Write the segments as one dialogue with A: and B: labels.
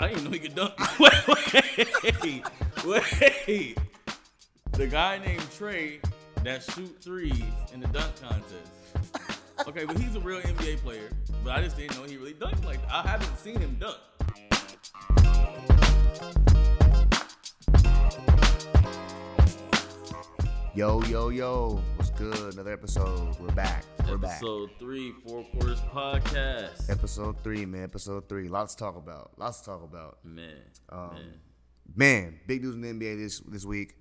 A: I didn't know he could dunk. wait, wait, wait. The guy named Trey that shoot threes in the dunk contest. Okay, but he's a real NBA player. But I just didn't know he really dunked like that. I haven't seen him dunk.
B: Yo, yo, yo. What's good? Another episode. We're back. We're back.
A: Episode three, four quarters podcast.
B: Episode three, man. Episode three. Lots to talk about. Lots to talk about.
A: Man,
B: Um,
A: man.
B: Man, big news in the NBA this this week.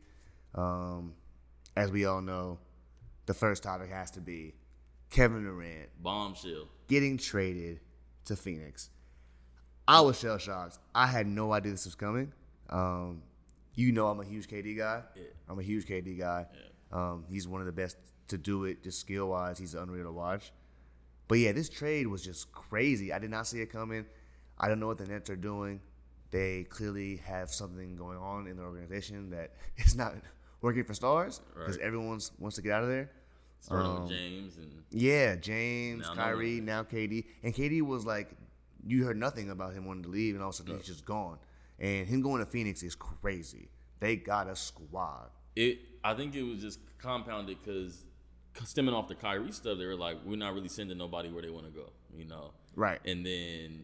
B: Um, as we all know, the first topic has to be Kevin Durant
A: bombshell.
B: getting traded to Phoenix. I was shell shocked. I had no idea this was coming. Um, you know, I'm a huge KD guy.
A: Yeah.
B: I'm a huge KD guy. Um, he's one of the best to do it, just skill wise. He's unreal to watch. But yeah, this trade was just crazy. I did not see it coming. I don't know what the Nets are doing. They clearly have something going on in their organization that is not working for stars because
A: Right.
B: everyone wants to get out of there.
A: Starting
B: um,
A: with James and
B: Yeah, James,
A: Now no
B: Kyrie,
A: one.
B: now KD, and KD was like, you heard nothing about him wanting to leave, and all of a sudden he's just gone. And him going to Phoenix is crazy. They got a squad.
A: it I think it was just compounded because stemming off the Kyrie stuff, they were like, we're not really sending nobody where they want to go, you know.
B: Right.
A: And then,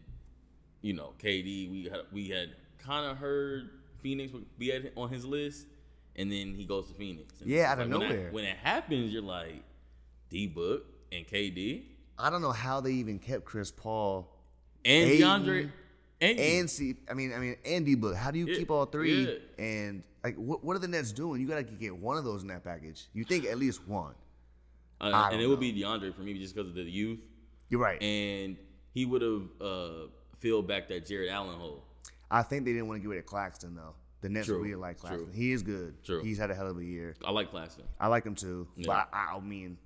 A: you know, KD, we had we had kind of heard Phoenix would be at, on his list, and then he goes to Phoenix. And
B: Yeah,
A: it's
B: out of
A: like, when that-
B: nowhere.
A: when it happens, you're like, D Book and KD
B: I don't know how they even kept Chris Paul
A: and
B: Ayton
A: DeAndre and,
B: and C. I mean, I mean, Andy Book. How do you
A: Yeah,
B: keep all three?
A: yeah.
B: And like, what, what are the Nets doing? You got to get one of those in that package. You think at least one.
A: uh,
B: I
A: and
B: don't
A: it would
B: know.
A: be DeAndre for me just because of the youth,
B: You're right.
A: and he would have uh, filled back that Jared Allen hole.
B: I think they didn't want to get rid of Claxton though. The Nets
A: True,
B: really like
A: true.
B: Claxton. He is good.
A: True.
B: He's had a hell of a year.
A: I like Claxton.
B: I like him too,
A: Yeah.
B: but I, I mean,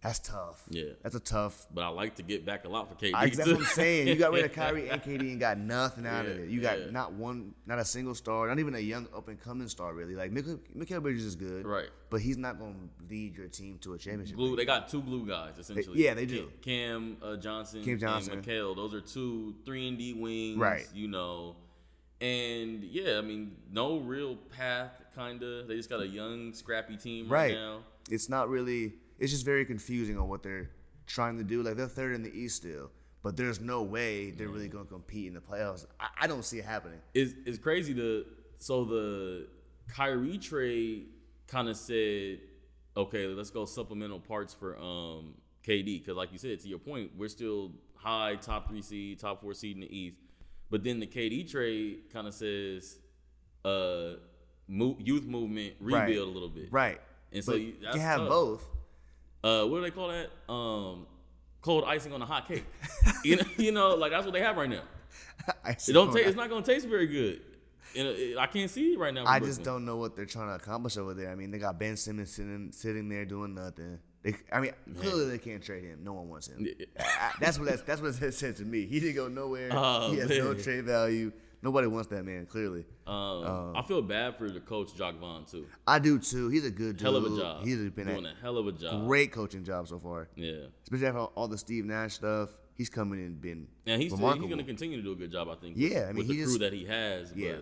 B: that's tough.
A: Yeah.
B: that's a tough.
A: but I like to get back a lot for KD.
B: I, exactly
A: too.
B: what I'm saying. You got rid of Kyrie and KD and got nothing out of
A: Yeah,
B: it. You got
A: yeah.
B: not one, not a single star, not even a young up and coming star really. Like Mikael, Mikael Bridges is good,
A: Right.
B: But he's not going to lead your team to a championship.
A: Glue. They got two glue guys essentially.
B: yeah, they do.
A: Cam uh, Johnson,
B: Cam Johnson.
A: and McHale. Those are two three and D wings.
B: Right.
A: You know, and yeah, I mean, no real path. Kinda. They just got a young, scrappy team right,
B: Right.
A: now.
B: It's not really. It's just very confusing on what they're trying to do. Like they're third in the East still, but there's no way they're
A: Mm.
B: really going to compete in the playoffs. I, I don't see it happening.
A: It's it's crazy to so the Kyrie trade kind of said, okay, let's go supplemental parts for um KD because like you said to your point, we're still high top three seed, top four seed in the East, but then the KD trade kind of says, uh, mo- youth movement rebuild
B: Right.
A: a little bit,
B: Right.
A: And so
B: But
A: you-
B: you
A: that's
B: can have
A: tough.
B: both.
A: Uh, what do they call that? Um, cold icing on a hot cake. you know, you know, like that's what they have right now.
B: I
A: It don't taste. It's not gonna taste very good. You know, it- I can't see it right now.
B: I
A: from
B: just
A: Brooklyn.
B: don't know what they're trying to accomplish over there. I mean, they got Ben Simmons sitting sitting there doing nothing. They, I mean, clearly they can't trade him. No one wants him. I- that's what that's, that's what it said to me. He didn't go nowhere.
A: Oh,
B: he has no
A: man.
B: trade value. Nobody wants that man. Clearly,
A: Um,
B: Oh.
A: I feel bad for the coach Jock Vaughn too.
B: I do too. He's a good dude.
A: Hell of a job.
B: He's been
A: doing
B: a
A: a hell of a job.
B: great coaching job so far,
A: Yeah,
B: especially after all the Steve Nash stuff. He's coming in and been
A: and he's still, he's
B: remarkable.
A: going to continue to do a good job. I think.
B: Yeah, I mean,
A: with the
B: he
A: crew
B: just-
A: that he has.
B: Yeah.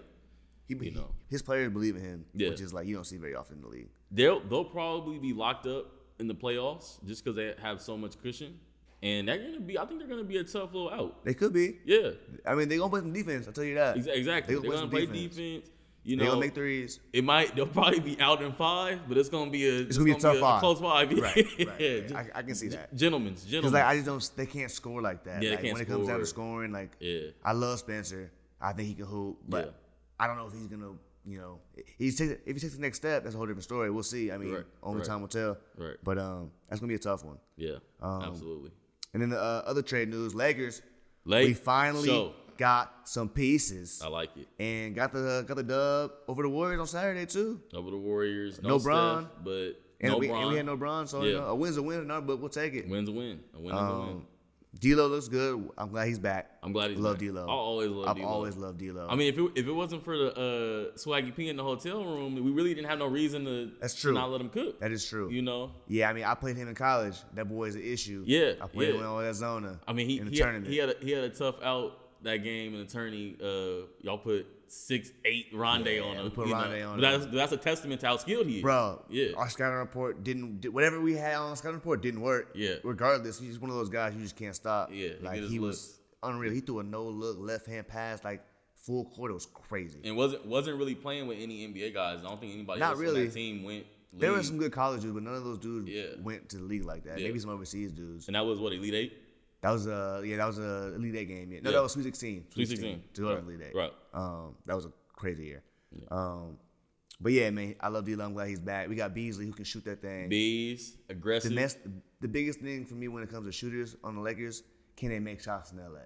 A: but
B: he,
A: you know.
B: his players believe in him,
A: Yeah.
B: which is like you don't see very often in the league.
A: they'll they'll probably be locked up in the playoffs just because they have so much cushion, and they're going to be. I think they're going to be a tough little out.
B: They could be.
A: Yeah,
B: I mean, they're gonna play some defense. I'll tell you that.
A: ex- exactly.
B: They
A: They're
B: play
A: going to
B: some
A: play
B: defense.
A: defense. You
B: They
A: know,
B: gonna make threes.
A: it might. They'll probably be out in five, but it's going to be a. It's,
B: gonna be a tough five.
A: close five.
B: Right, right.
A: yeah,
B: right. I, I can see that.
A: gentlemen's
B: Because
A: gentlemen.
B: like I just don't, they can't score like that.
A: Yeah, they
B: like,
A: can't
B: when it comes down to
A: score.
B: scoring, like
A: Yeah.
B: I love Spencer. I think he can hoop, but
A: Yeah.
B: I don't know if he's gonna, you know, he's take, if he takes the next step, that's a whole different story. We'll see. I mean,
A: Right,
B: only
A: right.
B: time will tell.
A: Right.
B: But um, that's gonna be a tough one.
A: yeah,
B: Um,
A: absolutely.
B: And then the uh, other trade news: Lakers.
A: Lake,
B: we finally
A: show.
B: got some pieces
A: I like it.
B: and got the uh, got the dub over the Warriors on Saturday too.
A: Over the Warriors, no,
B: No
A: Bron,
B: Bron.
A: but
B: And,
A: no
B: we,
A: Bron.
B: and we had no bronze, so you
A: Yeah.
B: know, a win's a win, in our book. We'll take it.
A: Win's a win. A win is a win.
B: Um, D'Lo looks good. I'm glad he's back.
A: I'm glad he's
B: love
A: back.
B: D'Lo.
A: I always love
B: I've
A: D'Lo.
B: always loved D'Lo.
A: I mean, if it, if it wasn't for the uh, Swaggy P in the hotel room, we really didn't have no reason to
B: That's true.
A: not let him cook.
B: that is true.
A: You know,
B: yeah, I mean, I played him in college. That boy is an issue.
A: Yeah,
B: I played
A: yeah.
B: him when I was at Zona.
A: I mean, he
B: in the
A: he had,
B: tournament.
A: he had a, he had a tough out that game in attorney, uh, y'all put six eight Rondé
B: Yeah,
A: on him.
B: we put
A: you know.
B: Rondé on
A: But that's, that's a testament to how skilled he is,
B: Bro,
A: Yeah.
B: our scouting report didn't did- whatever we had on scouting report didn't work.
A: Yeah.
B: Regardless, he's just one of those guys you just can't stop.
A: Yeah, he
B: Like
A: get his
B: he
A: looks.
B: was unreal. He threw a no look left hand pass like full court. It was crazy.
A: and wasn't wasn't really playing with any NBA guys. I don't think anybody
B: Not
A: else on
B: really.
A: that team went.
B: there were
A: league.
B: some good college dudes, but none of those dudes
A: Yeah.
B: went to the league like that.
A: Yeah.
B: Maybe some overseas dudes.
A: and that was what Elite Eight.
B: That was a yeah, that was a Elite Eight game. Yeah. No,
A: Yeah.
B: that was Sweet Sixteen.
A: Sweet 16.
B: To go to
A: Right.
B: Elite Eight.
A: Right.
B: Um, that was a crazy year. Um, but yeah, man, I love D. I'm glad he's back. We got Beasley who can shoot that thing.
A: Bees aggressive.
B: the next, the biggest thing for me when it comes to shooters on the Lakers, can they make shots in LA?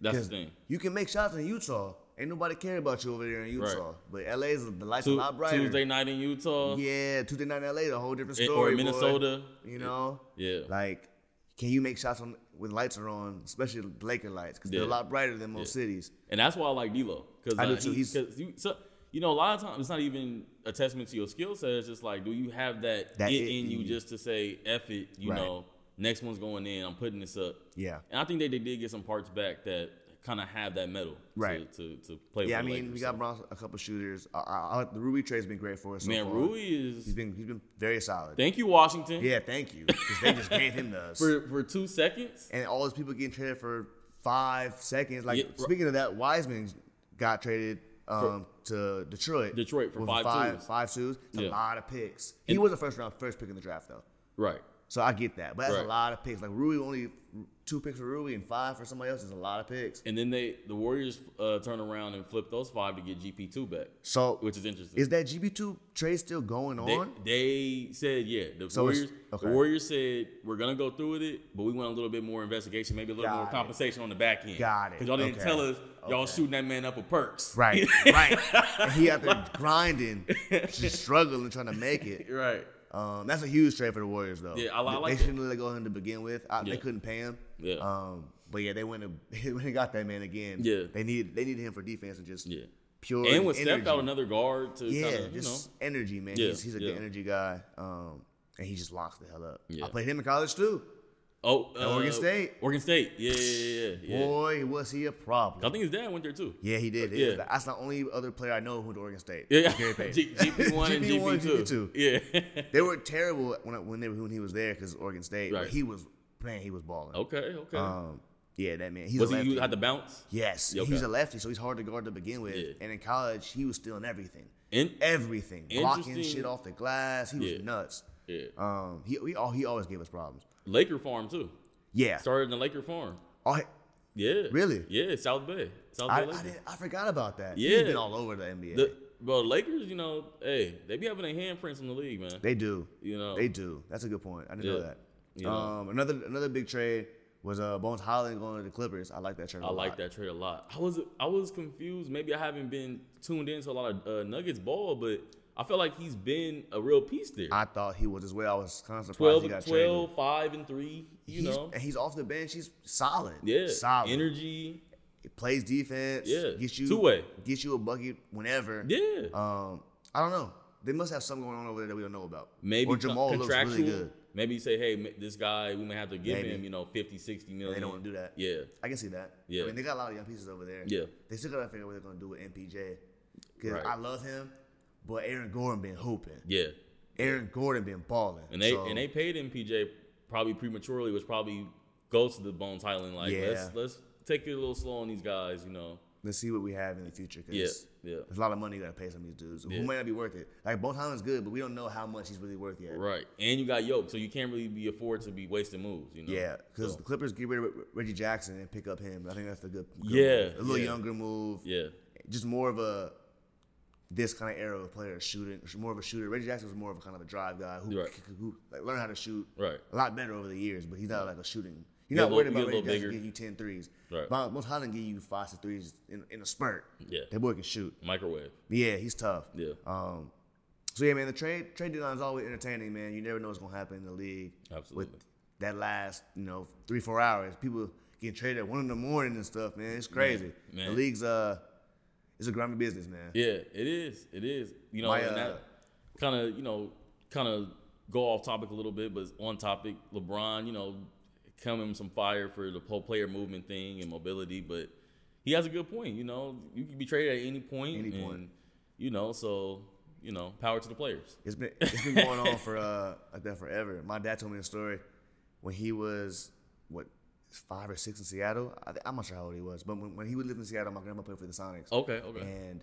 A: That's the
B: 'Cause
A: thing.
B: You can make shots in Utah. Ain't nobody care about you over there in Utah. But LA is the lights a
A: Tu-
B: lot brighter.
A: Tuesday night in Utah
B: Yeah, Tuesday night in LA, the whole different
A: and-
B: story.
A: or in
B: boy.
A: Minnesota.
B: You know,
A: Yeah.
B: like, can you make shots on when lights are on, especially the Laker lights, because they're
A: Yeah.
B: a lot brighter than most cities.
A: And that's why I like D'Lo because
B: I
A: uh,
B: do too.
A: he-
B: He's-
A: 'cause you, so, you know, a lot of times it's not even a testament to your skill set. It's just like, do you have that,
B: That
A: it,
B: it
A: in
B: in
A: you
B: you.
A: just to say, "F it," you
B: Right.
A: know, next one's going in. I'm putting this up.
B: Yeah.
A: And I think that they did get some parts back that kind of have that metal,
B: Right.
A: To, to, to play.
B: Yeah, I
A: with the
B: mean,
A: Lakers,
B: we got Bronx, a couple shooters. Uh, I, I, the Rui trade's been great for us.
A: so.
B: So
A: man.
B: far.
A: Rui
B: he's
A: is.
B: been he's been very solid.
A: Thank you, Washington,
B: yeah, thank you, because they just gave him the
A: for for two seconds.
B: and all those people getting traded for five seconds. Like
A: Yeah, right.
B: speaking of that, Wiseman got traded um, to Detroit.
A: Detroit for
B: with
A: five
B: five,
A: twos.
B: five twos. It's
A: Yeah.
B: a lot of picks. He was a first round first pick in the draft though,
A: Right.
B: so I get that. But that's
A: Right.
B: a lot of picks. Like Rui only two picks for Rui and five for somebody else is a lot of picks.
A: And then they the Warriors uh, turn around and flip those five to get GP two back,
B: So
A: which is interesting.
B: is that GB two trade still going
A: They,
B: on?
A: they said yeah. The
B: So it's-
A: Warriors,
B: okay.
A: the Warriors said we're gonna go through with it, but we want a little bit more investigation, maybe a little
B: Got
A: more
B: it.
A: compensation on the back end.
B: Got it.
A: Because y'all didn't
B: Okay.
A: tell us y'all
B: Okay.
A: shooting that man up with perks.
B: Right, right. And he out there grinding, just struggling, trying to make it.
A: right.
B: Um, that's a huge trade for the Warriors, though.
A: Yeah, I- I
B: They-
A: like
B: They shouldn't have let go of him to begin with. I,
A: Yeah.
B: They couldn't pay him.
A: Yeah.
B: Um, but yeah, they went and they went and got that man again.
A: Yeah.
B: They needed they needed him for defense and just
A: Yeah.
B: pure
A: And with
B: energy.
A: Steph out another guard to
B: yeah,
A: kind of you know
B: just energy, man.
A: Yeah,
B: He's, he's a
A: yeah.
B: good energy guy. Um, and he just locks the hell up.
A: Yeah.
B: I played him in college too.
A: oh uh,
B: Oregon State.
A: Oregon State. Yeah, yeah, yeah. yeah. yeah.
B: Boy, was he a problem.
A: I think his dad went there too.
B: Yeah, he did.
A: Yeah.
B: Yeah. That's the only other player I know who went to Oregon State.
A: Yeah,
B: Gary Payton.
A: G- GP1 and
B: GP1,
A: GP2. Yeah.
B: They were terrible when I- when they, when he was there because Oregon State.
A: Right.
B: But he was man, he was balling.
A: okay, okay.
B: Um, yeah, that man. He's
A: was
B: a
A: he
B: lefty.
A: you had to bounce?
B: yes,
A: Yeah,
B: he's
A: okay.
B: a lefty, so he's hard to guard to begin with.
A: Yeah.
B: And in college, he was stealing everything,
A: And
B: everything, blocking
A: Interesting.
B: shit off the glass. He was
A: Yeah.
B: nuts.
A: yeah.
B: Um, he we all he always gave us problems.
A: Laker farm too.
B: Yeah,
A: Started in the Laker farm.
B: All-
A: Yeah.
B: Really?
A: Yeah, South Bay. South
B: Oh, I, I,
A: Bay Lakers.
B: didn't, I forgot about that.
A: Yeah.
B: he's been all over the NBA.
A: The, bro, Lakers, you know, hey, they be having their handprints in the league, man.
B: they do.
A: you know,
B: They do. That's a good point. I didn't know
A: Yeah.
B: that.
A: You know.
B: Um, another another big trade was uh Bones Holland going to the Clippers. I like that trade.
A: I like that trade a lot. I was I was confused. Maybe I haven't been tuned into a lot of uh, Nuggets ball, but I feel like he's been a real piece there.
B: I thought he was as well. I was kind of surprised he
A: 12,
B: got
A: 12
B: traded.
A: 5 and 3, you
B: he's,
A: know.
B: and he's off the bench. He's solid.
A: Yeah.
B: solid.
A: Energy.
B: He plays defense.
A: Yeah.
B: gets you
A: Two-way.
B: Gets you a bucket whenever.
A: Yeah.
B: Um, I don't know. They must have something going on over there that we don't know about.
A: maybe
B: or
A: con-
B: Jamal looks
A: contractual.
B: really good.
A: Maybe say, "Hey, ma- this guy, we may have to give
B: Maybe.
A: him, you know, 50, 60 million."
B: They don't want to do that.
A: Yeah.
B: I can see that.
A: Yeah.
B: I mean, they got a lot of young pieces over there.
A: Yeah.
B: They still gotta figure out what they're gonna do with MPJ. Cause
A: Right.
B: I love him, but Aaron Gordon been hooping.
A: Yeah.
B: Aaron Gordon been balling.
A: And they
B: So,
A: and they paid him PJ probably prematurely, which probably goes to the Bones Highland. Like
B: Yeah.
A: let's let's take it a little slow on these guys, you know.
B: let's see what we have in the future. 'cause
A: Yeah, yeah.
B: There's a lot of money you gotta pay some of these dudes
A: Yeah.
B: who might not be worth it. Like both Highland's good, but we don't know how much he's really worth yet.
A: Right. And you got Yoke, so you can't really be afford to be wasting moves, you know.
B: Yeah, because
A: So,
B: the Clippers get rid of Reggie Jackson and pick up him. I think that's the good. good
A: Yeah,
B: move. a little
A: yeah.
B: younger move.
A: yeah.
B: just more of a this kind of era of player shooting, more of a shooter. Reggie Jackson was more of a kind of a drive guy who,
A: Right.
B: who like learned how to shoot
A: Right.
B: a lot better over the years, but he's not like a shooting.
A: He
B: You're
A: a
B: not worried
A: little- he
B: about
A: a
B: Reggie
A: little
B: Jackson
A: bigger.
B: getting you 10 threes.
A: Right.
B: But Most Holland give you five to threes in, in a spurt.
A: Yeah.
B: That boy can shoot.
A: Microwave.
B: Yeah, he's tough.
A: Yeah.
B: Um, so yeah, man, the trade trade deadline is always entertaining, man. You never know what's gonna happen in the league.
A: Absolutely.
B: With that last, you know, three four hours, people getting traded at one in the morning and stuff, man. It's crazy.
A: man.
B: The league's uh, it's a grimy business, man.
A: Yeah, it is. It is. You know,
B: My,
A: and
B: uh,
A: that kind of, you know, kind of go off topic a little bit, but on topic, LeBron, you know, come him some fire for the whole player movement thing and mobility, but he has a good point. You know, you can be traded at any point.
B: Any
A: and,
B: point.
A: You know, so you know, power to the players.
B: It's been it's been going on for uh like that forever. My dad told me the story when he was what five or six in Seattle. I, thi- I'm not sure how old he was, but when, when he would live in Seattle, my grandma played for the Sonics,
A: Okay, okay.
B: and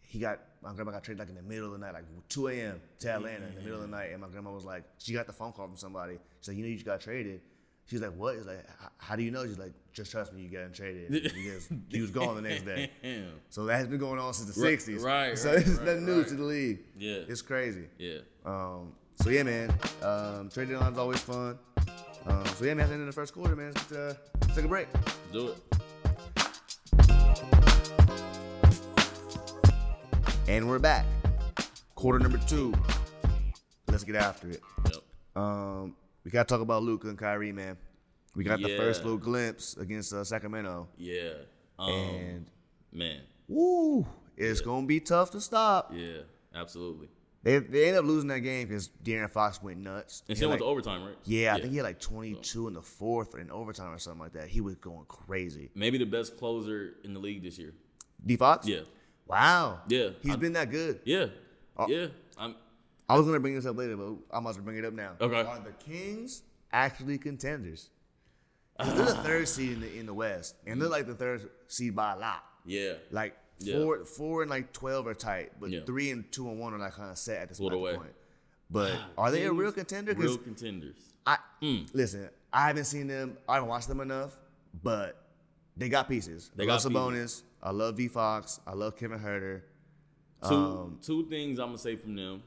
B: he got my grandma got traded like in the middle of the night, like 2 a.m. to Atlanta in the middle of the night, and my grandma was like, she got the phone call from somebody. She's like, you know, you just got traded. She's like, what? He's like, "H- how do you know? She's like, just trust me, you got traded. Because he was gone the next day.
A: Damn.
B: So that has been going on since the
A: Right,
B: 60s.
A: right,
B: So
A: right,
B: it's
A: right,
B: nothing new
A: right.
B: to the league.
A: Yeah.
B: It's crazy.
A: Yeah.
B: Um, so yeah, man. Um, trade deadline is always fun. Um, so yeah, man. At the end of the first quarter, man. Let's, uh, let's take a break.
A: Do it.
B: And we're back. Quarter number two. Let's get after it.
A: Yep.
B: Um, we gotta talk about Luca and Kyrie, man. We got the
A: Yeah.
B: first little glimpse against uh, Sacramento,
A: Yeah. Um,
B: and
A: man.
B: woo, it's gonna be tough to stop.
A: Yeah. Absolutely.
B: They they end up losing that game because De'Aaron Fox went nuts.
A: And
B: He
A: still
B: had
A: went to
B: like-
A: overtime, right?
B: yeah, I think he had like 22 in the fourth or in overtime or something like that. He was going crazy.
A: Maybe the best closer in the league this year.
B: D Fox?
A: Yeah.
B: Wow.
A: Yeah.
B: He's
A: I-
B: been that good.
A: Yeah.
B: Oh.
A: yeah. I'm.
B: I was gonna bring this up later, but I'm about to bring it up now.
A: Okay.
B: Are the Kings actually contenders? 'Cause They're the third seed in the in the West, and they're like the third seed by a lot.
A: Yeah.
B: Like
A: Yeah.
B: four, four and like twelve are tight, but
A: Yeah.
B: three and two and one are like kind of set at this
A: Pulled
B: at the
A: away.
B: point. But are they a real contender?
A: Ah, Real Hmm.
B: Because
A: contenders.
B: I listen, I haven't seen them. I haven't watched them enough, but they got pieces.
A: They
B: I love
A: got
B: Sabonis. I love V Fox. I love Kevin Herter.
A: Two two things I'm gonna say from them.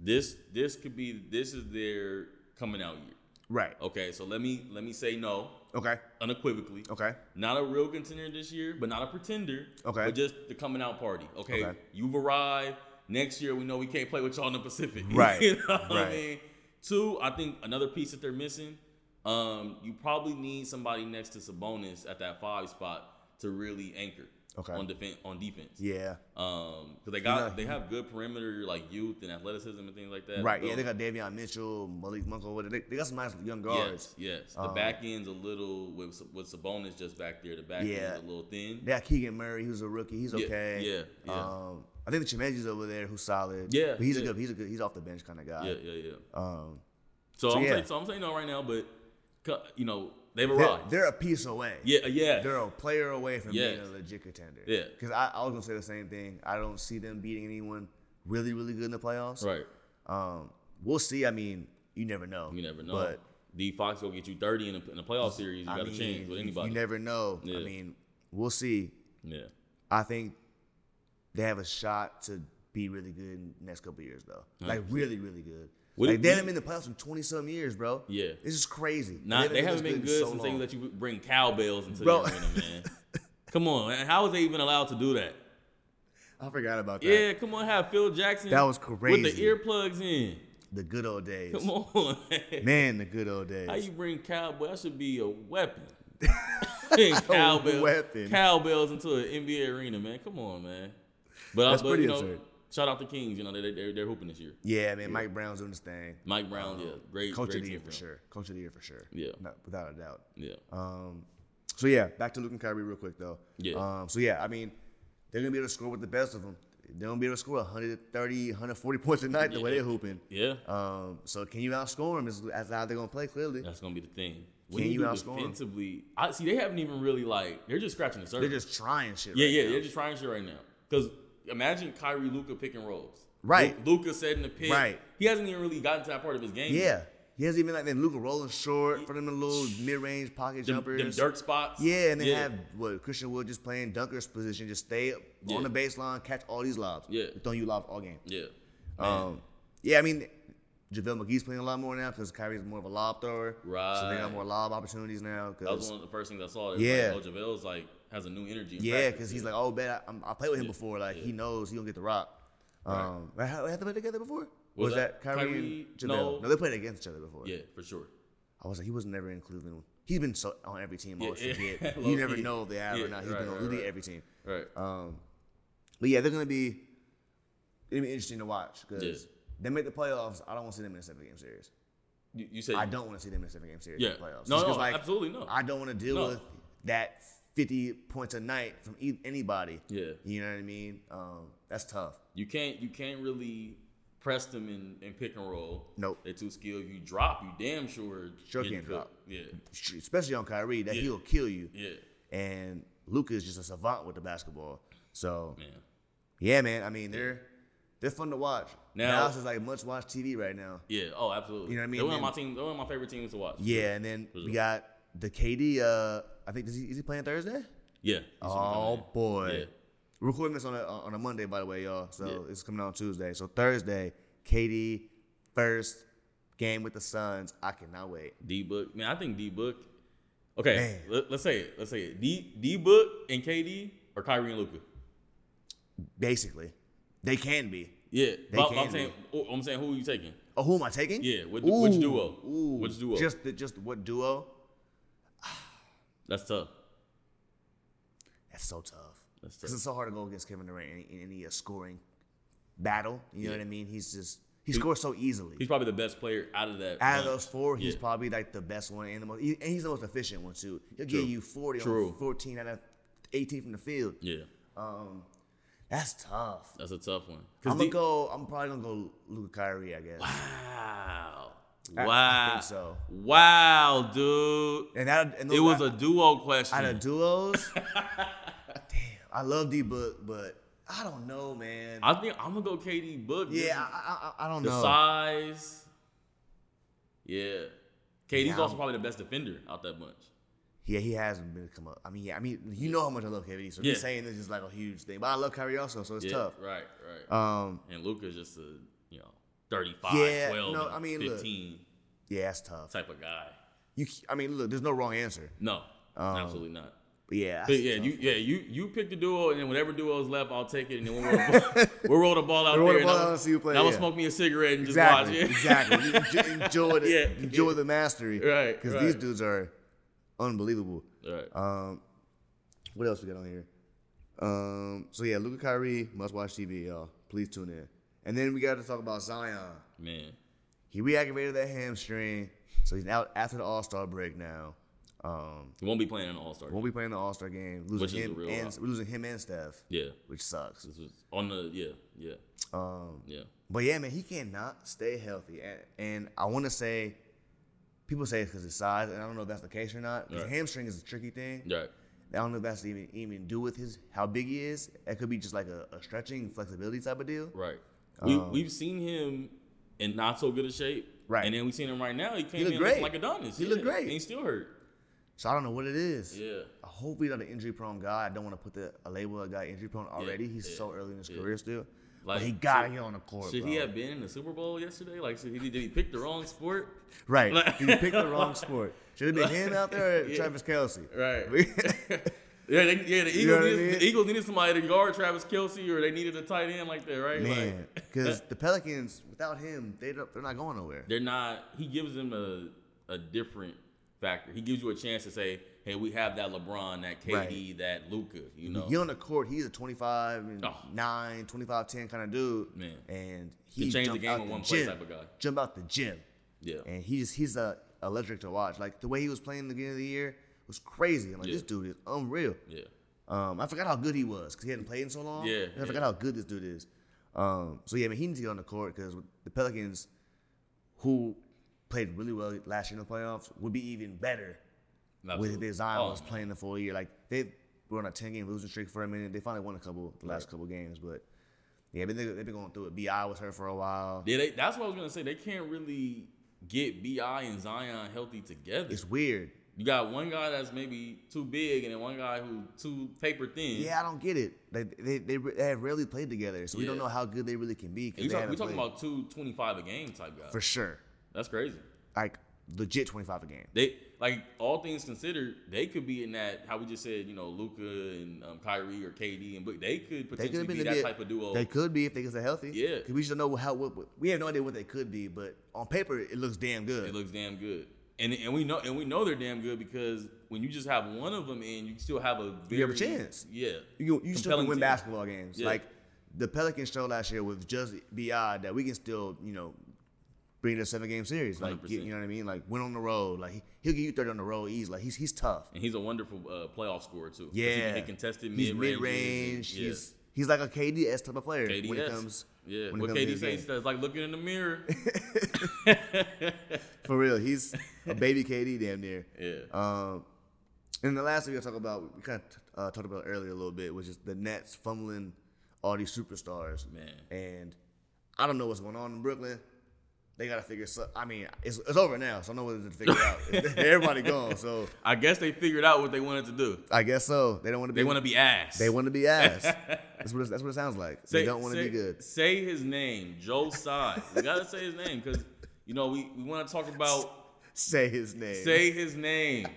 A: This this could be this is their coming out year.
B: Right.
A: Okay, so let me let me say no
B: Okay.
A: unequivocally.
B: Okay.
A: Not a real contender this year, but not a pretender.
B: Okay.
A: But just the coming out party. Okay.
B: Okay.
A: You've arrived. Next year, we know we can't play with y'all in the Pacific.
B: Right.
A: you know what I
B: Right.
A: mean? Two, I think another piece that they're missing, um, you probably need somebody next to Sabonis at that five spot to really anchor
B: Okay.
A: on defense on defense.
B: Yeah.
A: Um, because they got
B: know,
A: they have good perimeter like youth and athleticism and things like that.
B: Right, yeah,
A: So-
B: they got Davion Mitchell, Malik Monk over there. They, they got some nice young guards. Um,
A: Yes, yes. The back end's a little with with Sabonis just back there. The back
B: Yeah.
A: end's a little thin.
B: They got Keegan Murray, who's a rookie. He's
A: Yeah,
B: okay.
A: yeah, yeah.
B: Um, I think the Chimeji's over there, who's solid.
A: Yeah,
B: but he's a
A: yeah.
B: good, he's a good, he's off the bench kind of guy.
A: yeah, yeah, yeah.
B: Um,
A: So,
B: so
A: I'm
B: yeah.
A: saying, so I'm saying no right now, but cu- you know they've
B: they're,
A: arrived.
B: they're a piece away.
A: yeah, yeah,
B: they're a player away from being
A: Yes.
B: a legit contender.
A: Yeah.
B: because I, I was gonna say the same thing. I don't see them beating anyone really, really good in the playoffs.
A: right.
B: Um, we'll see. I mean, you never know.
A: You never know.
B: But
A: D Fox will get you 30 in a, in a playoff series. You
B: I
A: got to
B: mean,
A: change with
B: you-
A: anybody.
B: You never know.
A: Yeah.
B: I mean, we'll see.
A: yeah,
B: I think they have a shot to be really good in the next couple of years, though. Like really, really good.
A: Would
B: like
A: it be-
B: they haven't been in the playoffs in twenty some years, bro.
A: Yeah.
B: this is crazy.
A: not they haven't
B: this
A: been
B: in
A: good
B: so
A: since
B: long.
A: they let you bring cowbells into the
B: Bro.
A: arena, man. Come on, man. how was they even allowed to do that?
B: I forgot about that.
A: Yeah, come on, have Phil Jackson.
B: That was
A: With
B: crazy.
A: the earplugs in.
B: The good old days.
A: Come on, man.
B: Man, the good old days.
A: How you bring cowbell? That should be a weapon. cowbell,
B: weapon.
A: Cowbells into an NBA arena, man. Come on, man. But, uh,
B: That's
A: but
B: pretty
A: you know,
B: absurd.
A: shout out the Kings. You know, they, they, they're hooping this year.
B: yeah, man. Mike Brown's doing his thing.
A: Mike Brown, yeah. Great,
B: Coach
A: great
B: of the
A: team
B: year for
A: Brown.
B: sure. Coach of the year for sure.
A: Yeah.
B: Not, without a doubt.
A: Yeah.
B: Um, so yeah, back to Luke and Kyrie real quick though.
A: Yeah.
B: Um, so yeah, I mean, they're gonna be able to score with the best of them. They're gonna be able to score 130, 140 points a night the way
A: Yeah.
B: they're hooping.
A: yeah.
B: Um, so can you outscore them? Is that's how they're gonna play clearly.
A: That's going to be the thing.
B: Can you
A: do
B: outscore 'em?
A: defensively, I see they haven't even really like they're just scratching the surface.
B: They're just trying shit.
A: yeah,
B: right
A: yeah,
B: now.
A: they're just trying shit right now. Because imagine Kyrie, Luca pick and rolls.
B: Right.
A: Luca setting the pick.
B: Right.
A: He hasn't even really gotten to that part of his game. yet.
B: yeah. He hasn't even like them Luca rolling short for them little mid range pocket
A: them, them
B: jumpers.
A: dirt spots.
B: yeah, and they have what Christian Wood just playing dunker's position, just stay up
A: Yeah.
B: on the baseline, catch all these lobs.
A: Yeah.
B: throwing you lobs all game.
A: yeah,
B: Um, yeah, I mean, JaVale McGee's playing a lot more now because Kyrie's more of a lob thrower. So they
A: Right.
B: got more lob opportunities now.
A: that was
B: Cause,
A: one of the first things I saw.
B: Yeah.
A: Yeah, like, oh, JaVale's like has a new energy. in
B: yeah,
A: practice.
B: because he's like, oh, bet I, I'm- I played with him before. Like, he knows he don't get the rock. Um, right. Have have they played together before? Was, that,
A: that
B: Kyrie,
A: Kyrie?
B: and JaVale?
A: No.
B: they played against each other before.
A: yeah, for sure.
B: I was like, he was never in Cleveland. He's been so on every team. I always
A: yeah.
B: forget.
A: Low
B: you never
A: key.
B: know if they have
A: Yeah,
B: or not. He's
A: right,
B: been on
A: right,
B: literally
A: right.
B: every team.
A: Right.
B: Um, but yeah, they're gonna be it'll be interesting to watch because
A: Yeah.
B: they make the playoffs. I don't want to see them in a seven game series.
A: you, you said
B: I don't want to see them in a seven game series
A: Yeah.
B: in the playoffs.
A: No,
B: Just 'cause,
A: no, absolutely no.
B: I don't want to deal
A: No.
B: with that 50 points a night from e- anybody.
A: Yeah.
B: You know what I mean? Um, that's tough.
A: You can't you can't really press them in, in pick and roll.
B: Nope.
A: They're too skilled. You drop, you damn sure.
B: Sure
A: getting
B: can't drop.
A: cooked. Yeah.
B: Especially on Kyrie, that
A: Yeah.
B: he'll kill you.
A: Yeah.
B: And Luca is just a savant with the basketball. So
A: Man.
B: yeah, man. I mean, they're they're fun to watch.
A: Now-
B: Now it's just like much watch TV right now.
A: Yeah. Oh, absolutely.
B: You know what I mean?
A: They're one of
B: And-
A: my team. They're one of my favorite teams to watch.
B: Yeah, and then we got the KD. Uh, I think is he, is he playing Thursday?
A: Yeah.
B: Oh boy,
A: Yeah.
B: we're recording this on a uh, on a Monday, by the way, y'all. So
A: Yeah.
B: it's coming out on Tuesday. So Thursday, KD first game with the Suns. I cannot wait.
A: D Book. Man, I think D Book. Okay,
B: Man.
A: let, us say it. Let's say it. D D Book and KD or Kyrie and Luca.
B: Basically, they can be.
A: Yeah, but I'm
B: can
A: saying. oh, I'm saying who are you taking?
B: Oh, who am I taking?
A: Yeah, which- which
B: Ooh,
A: duo?
B: Ooh,
A: Which duo?
B: Just the, just what duo?
A: That's tough.
B: That's so tough.
A: That's tough.
B: Because it's so hard to go against Kevin Durant in, in any uh, scoring battle. You know
A: Yeah.
B: what I mean? He's just he scores so easily.
A: He's probably the best player out of that.
B: Out
A: bunch.
B: of those four, he's
A: Yeah.
B: probably like the best one and the most, he- and he's the most efficient one too. He'll
A: True.
B: give you forty
A: True.
B: on fourteen out of eighteen from the field.
A: Yeah,
B: Um, that's tough.
A: that's a tough one. 'Cause
B: I'm gonna
A: D-
B: go. I'm probably gonna go Luka Kyrie, I guess.
A: Wow.
B: I- I
A: Wow.
B: think so.
A: Wow, dude.
B: And that and
A: It was
B: a
A: a duo question.
B: out of duos. damn, I love D Book, but I don't know, man.
A: I think I'm gonna go KD Book.
B: yeah, I, I, I- I don't
A: the
B: know.
A: size. Yeah, KD's
B: Yeah,
A: also
B: I'm-
A: probably the best defender out that bunch.
B: Yeah, he hasn't been come up. I mean, yeah, I mean, you know how much I love KD, so me
A: Yeah.
B: saying this is like a huge thing. But I love Kyrie also, so it's
A: yeah,
B: tough.
A: Right, right.
B: Um,
A: and Luca's just a you know 35,
B: Yeah,
A: 12,
B: no,
A: and
B: I mean, look.
A: 15
B: yeah, it's tough.
A: type of guy.
B: You, c- I mean, look, there's no wrong answer.
A: No,
B: Um,
A: absolutely not.
B: But yeah,
A: But
B: that's
A: yeah,
B: tough.
A: you yeah you you pick the duo, and then whenever duo is left, I'll take it, and then we'll roll, we'll roll the ball out
B: We'll roll
A: there.
B: the
A: and
B: ball
A: I'll-
B: out and see who play,
A: and I'll
B: yeah.
A: smoke me a cigarette and just
B: exactly,
A: watch it.
B: exactly. You enj- enjoy the
A: Yeah,
B: enjoy
A: yeah.
B: the mastery,
A: Right,
B: Because
A: right.
B: these dudes are unbelievable.
A: Right.
B: Um, what else we got on here? Um, so yeah, Luka Kyrie must watch TV, y'all. Please tune in. And then we got to talk about Zion.
A: Man,
B: He re-aggravated that hamstring, so he's out after the All Star break now. Um,
A: he won't be playing an All Star.
B: won't be playing the All Star game. Losing
A: Which is a
B: him
A: real
B: and
A: lot.
B: we're losing him and Steph,
A: Yeah,
B: which sucks.
A: this was on the yeah yeah
B: Um,
A: yeah.
B: but yeah, man, he cannot stay healthy, and, and I want to say, people say it's because his size, and I don't know if that's the case or not. 'cause
A: Right.
B: hamstring is a tricky thing.
A: Right.
B: I don't know if that's even even do with his how big he is. It could be just like a, a stretching flexibility type of deal.
A: Right. We we've seen him in not so good a shape.
B: Um, Right.
A: And then we've seen him right now. He came
B: He looked
A: in looking
B: great.
A: like Adonis.
B: He looked
A: Yeah.
B: great.
A: And he's still hurt.
B: So I don't know what it is.
A: Yeah.
B: I hope he's not an injury prone guy. I don't want to put the a label of a guy injury prone already. he's
A: yeah,
B: so early in his
A: yeah.
B: career still.
A: Like,
B: but he gotta
A: should-
B: get on the court.
A: Should
B: bro.
A: he have been in the Super Bowl yesterday? Like, should he, did he pick the wrong sport?
B: right?
A: Like-
B: he picked the wrong sport. Should it been him out there or
A: Yeah.
B: Travis Kelsey?
A: Right. yeah, they, yeah. The Eagles,
B: You know what I
A: needed,
B: mean?
A: the Eagles needed somebody to guard Travis Kelsey, or they needed a tight end like that, right?
B: Man,
A: Like,
B: because the Pelicans without him, they don't, they're not going nowhere.
A: they're not. He gives them a a different factor. He gives you a chance to say, "Hey, we have that LeBron, that KD, that Luca." You know,
B: He on the court, he's a 25 and
A: Oh.
B: 9, 25, 10 kind of dude.
A: Man.
B: And
A: Can
B: he
A: change the
B: jumped
A: game
B: out
A: in
B: the
A: one play
B: gym,
A: type of guy.
B: Jump out the gym.
A: yeah.
B: And he just he's uh, electric to watch. Like the way he was playing in the beginning of the year was crazy. I'm like,
A: Yeah.
B: this dude is unreal.
A: Yeah.
B: Um, I forgot how good he was because he hadn't played in so long.
A: Yeah,
B: And I forgot
A: yeah.
B: how good this dude is. Um, so yeah, I mean, he needs to get on the court because the Pelicans, who played really well last year in the playoffs, would be even better with
A: Absolutely.
B: their Zion
A: Oh,
B: was playing the full year. Like they were on a ten game losing streak for a minute. They finally won a couple the last couple games, but yeah, but they, they've been going through it. Bi was hurt for a while.
A: Yeah, they, that's what I was gonna say. They can't really get Bi and Zion healthy together.
B: It's weird.
A: you got one guy that's maybe too big, and then one guy who's too paper thin.
B: Yeah, I don't get it. They they they, re- they have rarely played together, so we don't
A: Yeah.
B: know how good they really can be. 'cause
A: we
B: they
A: talk, we
B: haven't
A: talking
B: played.
A: about two twenty-five a game type guys.
B: for sure,
A: That's crazy.
B: like legit twenty five a game.
A: They like all things considered, they could be in that how we just said, you know, Luca and um, Kyrie or KD and Book. They could
B: They could
A: potentially
B: have been
A: be
B: the
A: that
B: bit-
A: type of duo.
B: They could be if they get healthy.
A: Yeah.
B: 'Cause we just don't know how what, what- we have no idea what they could be, but on paper it looks damn good.
A: It looks damn good. And, and we know and we know they're damn good because when you just have one of them in, you still have a very,
B: You have a chance.
A: Yeah,
B: you you still
A: compelling
B: can win
A: team.
B: basketball games.
A: Yeah.
B: Like the Pelicans showed last year with just Bi that we can still you know bring it to a seven game series. Like, get,
A: 100%.
B: you know what I mean? Like, win on the road. Like, he, he'll give you 30 on the road easy. Like, he's he's tough.
A: And he's a wonderful uh, playoff scorer too. 'Cause he
B: Yeah.
A: can hit contested
B: He's
A: mid
B: mid
A: range.
B: range.
A: Yeah.
B: He's he's like a KDS type of player
A: KDS.
B: when it comes.
A: yeah,
B: when it
A: what
B: comes to
A: KD
B: his
A: says
B: game.
A: that's like looking in the mirror.
B: For real, he's a baby KD damn near.
A: yeah,
B: Um, and the last thing we'll talk about, we kind of uh, talked about earlier a little bit, was just the Nets fumbling all these superstars.
A: Man.
B: And I don't know what's going on in Brooklyn. They got to figure so I mean, it's, it's over now, so I know what to figure out. Everybody gone, so
A: I guess they figured out what they wanted to do.
B: I guess so. They don't want to be.
A: They want to be ass.
B: They want to be ass. that's what it, that's what it sounds like. they don't want to
A: say-
B: be good.
A: Say his name, Joe Side. we gotta say his name because you know we, we want to talk about
B: Say his name.
A: say his name,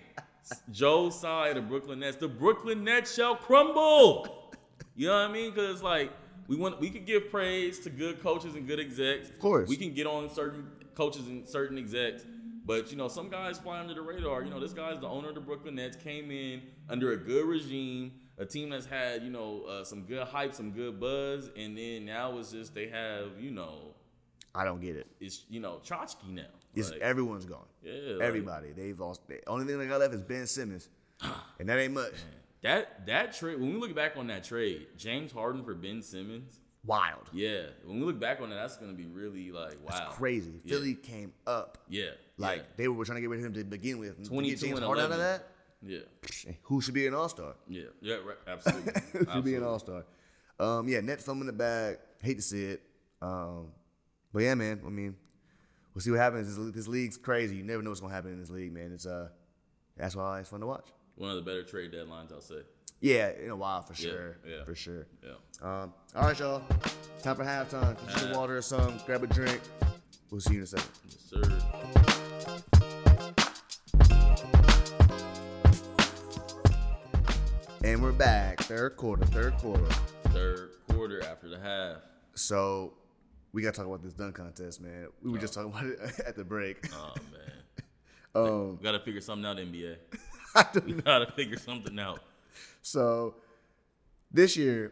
A: Joe Side of Brooklyn Nets. The Brooklyn Nets shall crumble. You know what I mean? Because like we want we can give praise to good coaches and good execs. Of
B: course.
A: we can get on certain coaches and certain execs. But you know, some guys fly under the radar. You know, this guy's the owner of the Brooklyn Nets. Came in under a good regime, a team that's had you know uh, some good hype, some good buzz, and then now it's just they have you know
B: I don't get it.
A: it's you know Trotsky now.
B: It's
A: Like,
B: everyone's gone.
A: yeah, like,
B: Everybody. They've lost. The only thing they got left is Ben Simmons, and that ain't much.
A: that that trade. When we look back on that trade, James Harden for Ben Simmons.
B: Wild.
A: Yeah, when we look back on that, that's gonna be really like wow,
B: Crazy.
A: Yeah.
B: Philly came up.
A: Yeah,
B: Like they were trying to get rid of him to begin with. To
A: twenty
B: get
A: two
B: James
A: and
B: Harden
A: eleven.
B: out of that,
A: Yeah,
B: psh, who should be an All Star?
A: yeah, yeah. Right, absolutely.
B: should be
A: absolutely.
B: an All Star. Um, yeah, net thumb in the bag. Hate to see it. Um, but yeah, man. I mean, we'll see what happens. This, this league's crazy. You never know what's gonna happen in this league, man. It's uh, that's why it's fun to watch.
A: One of the better trade deadlines, I'll say.
B: Yeah, in a while for sure.
A: yeah.
B: For sure.
A: Yeah.
B: Um, all right, y'all. Time for halftime. Get you some water or something. Grab a drink. We'll see you in a second.
A: Yes, sir.
B: And we're back. Third quarter. Third quarter.
A: Third quarter after the half.
B: So we gotta talk about this dunk contest, man. We were just
A: Uh-huh.
B: talking about it at the break.
A: Oh man,
B: Um,
A: we gotta figure something out, NBA.
B: I don't
A: We gotta figure something out.
B: So this year,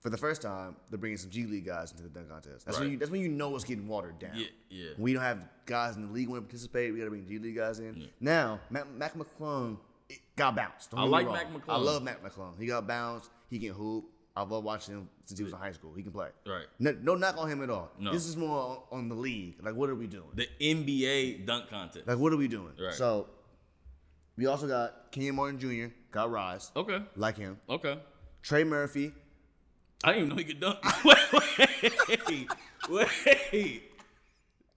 B: for the first time, they're bringing some G League guys into the dunk contest. That's when
A: Right.
B: you that's when you know it's getting watered down.
A: Yeah, yeah.
B: We don't have guys in the league want to participate. We got to bring G League guys in. Now, Mac, Mac McClung it got bounced. Don't
A: I
B: get me
A: like
B: wrong.
A: Mac McClung.
B: I love Mac McClung. He got bounced. He can hoop. I love watching him since he was in high school. He can play.
A: Right.
B: No, no knock on him at all.
A: No.
B: This is more on, on the league. Like, what are we doing?
A: The NBA dunk contest.
B: Like, what are we doing?
A: Right.
B: So, we also got Kenyon Martin Jr. Got rise.
A: Okay.
B: Like him.
A: Okay.
B: Trey Murphy.
A: I didn't even know he could dunk. wait, wait, wait.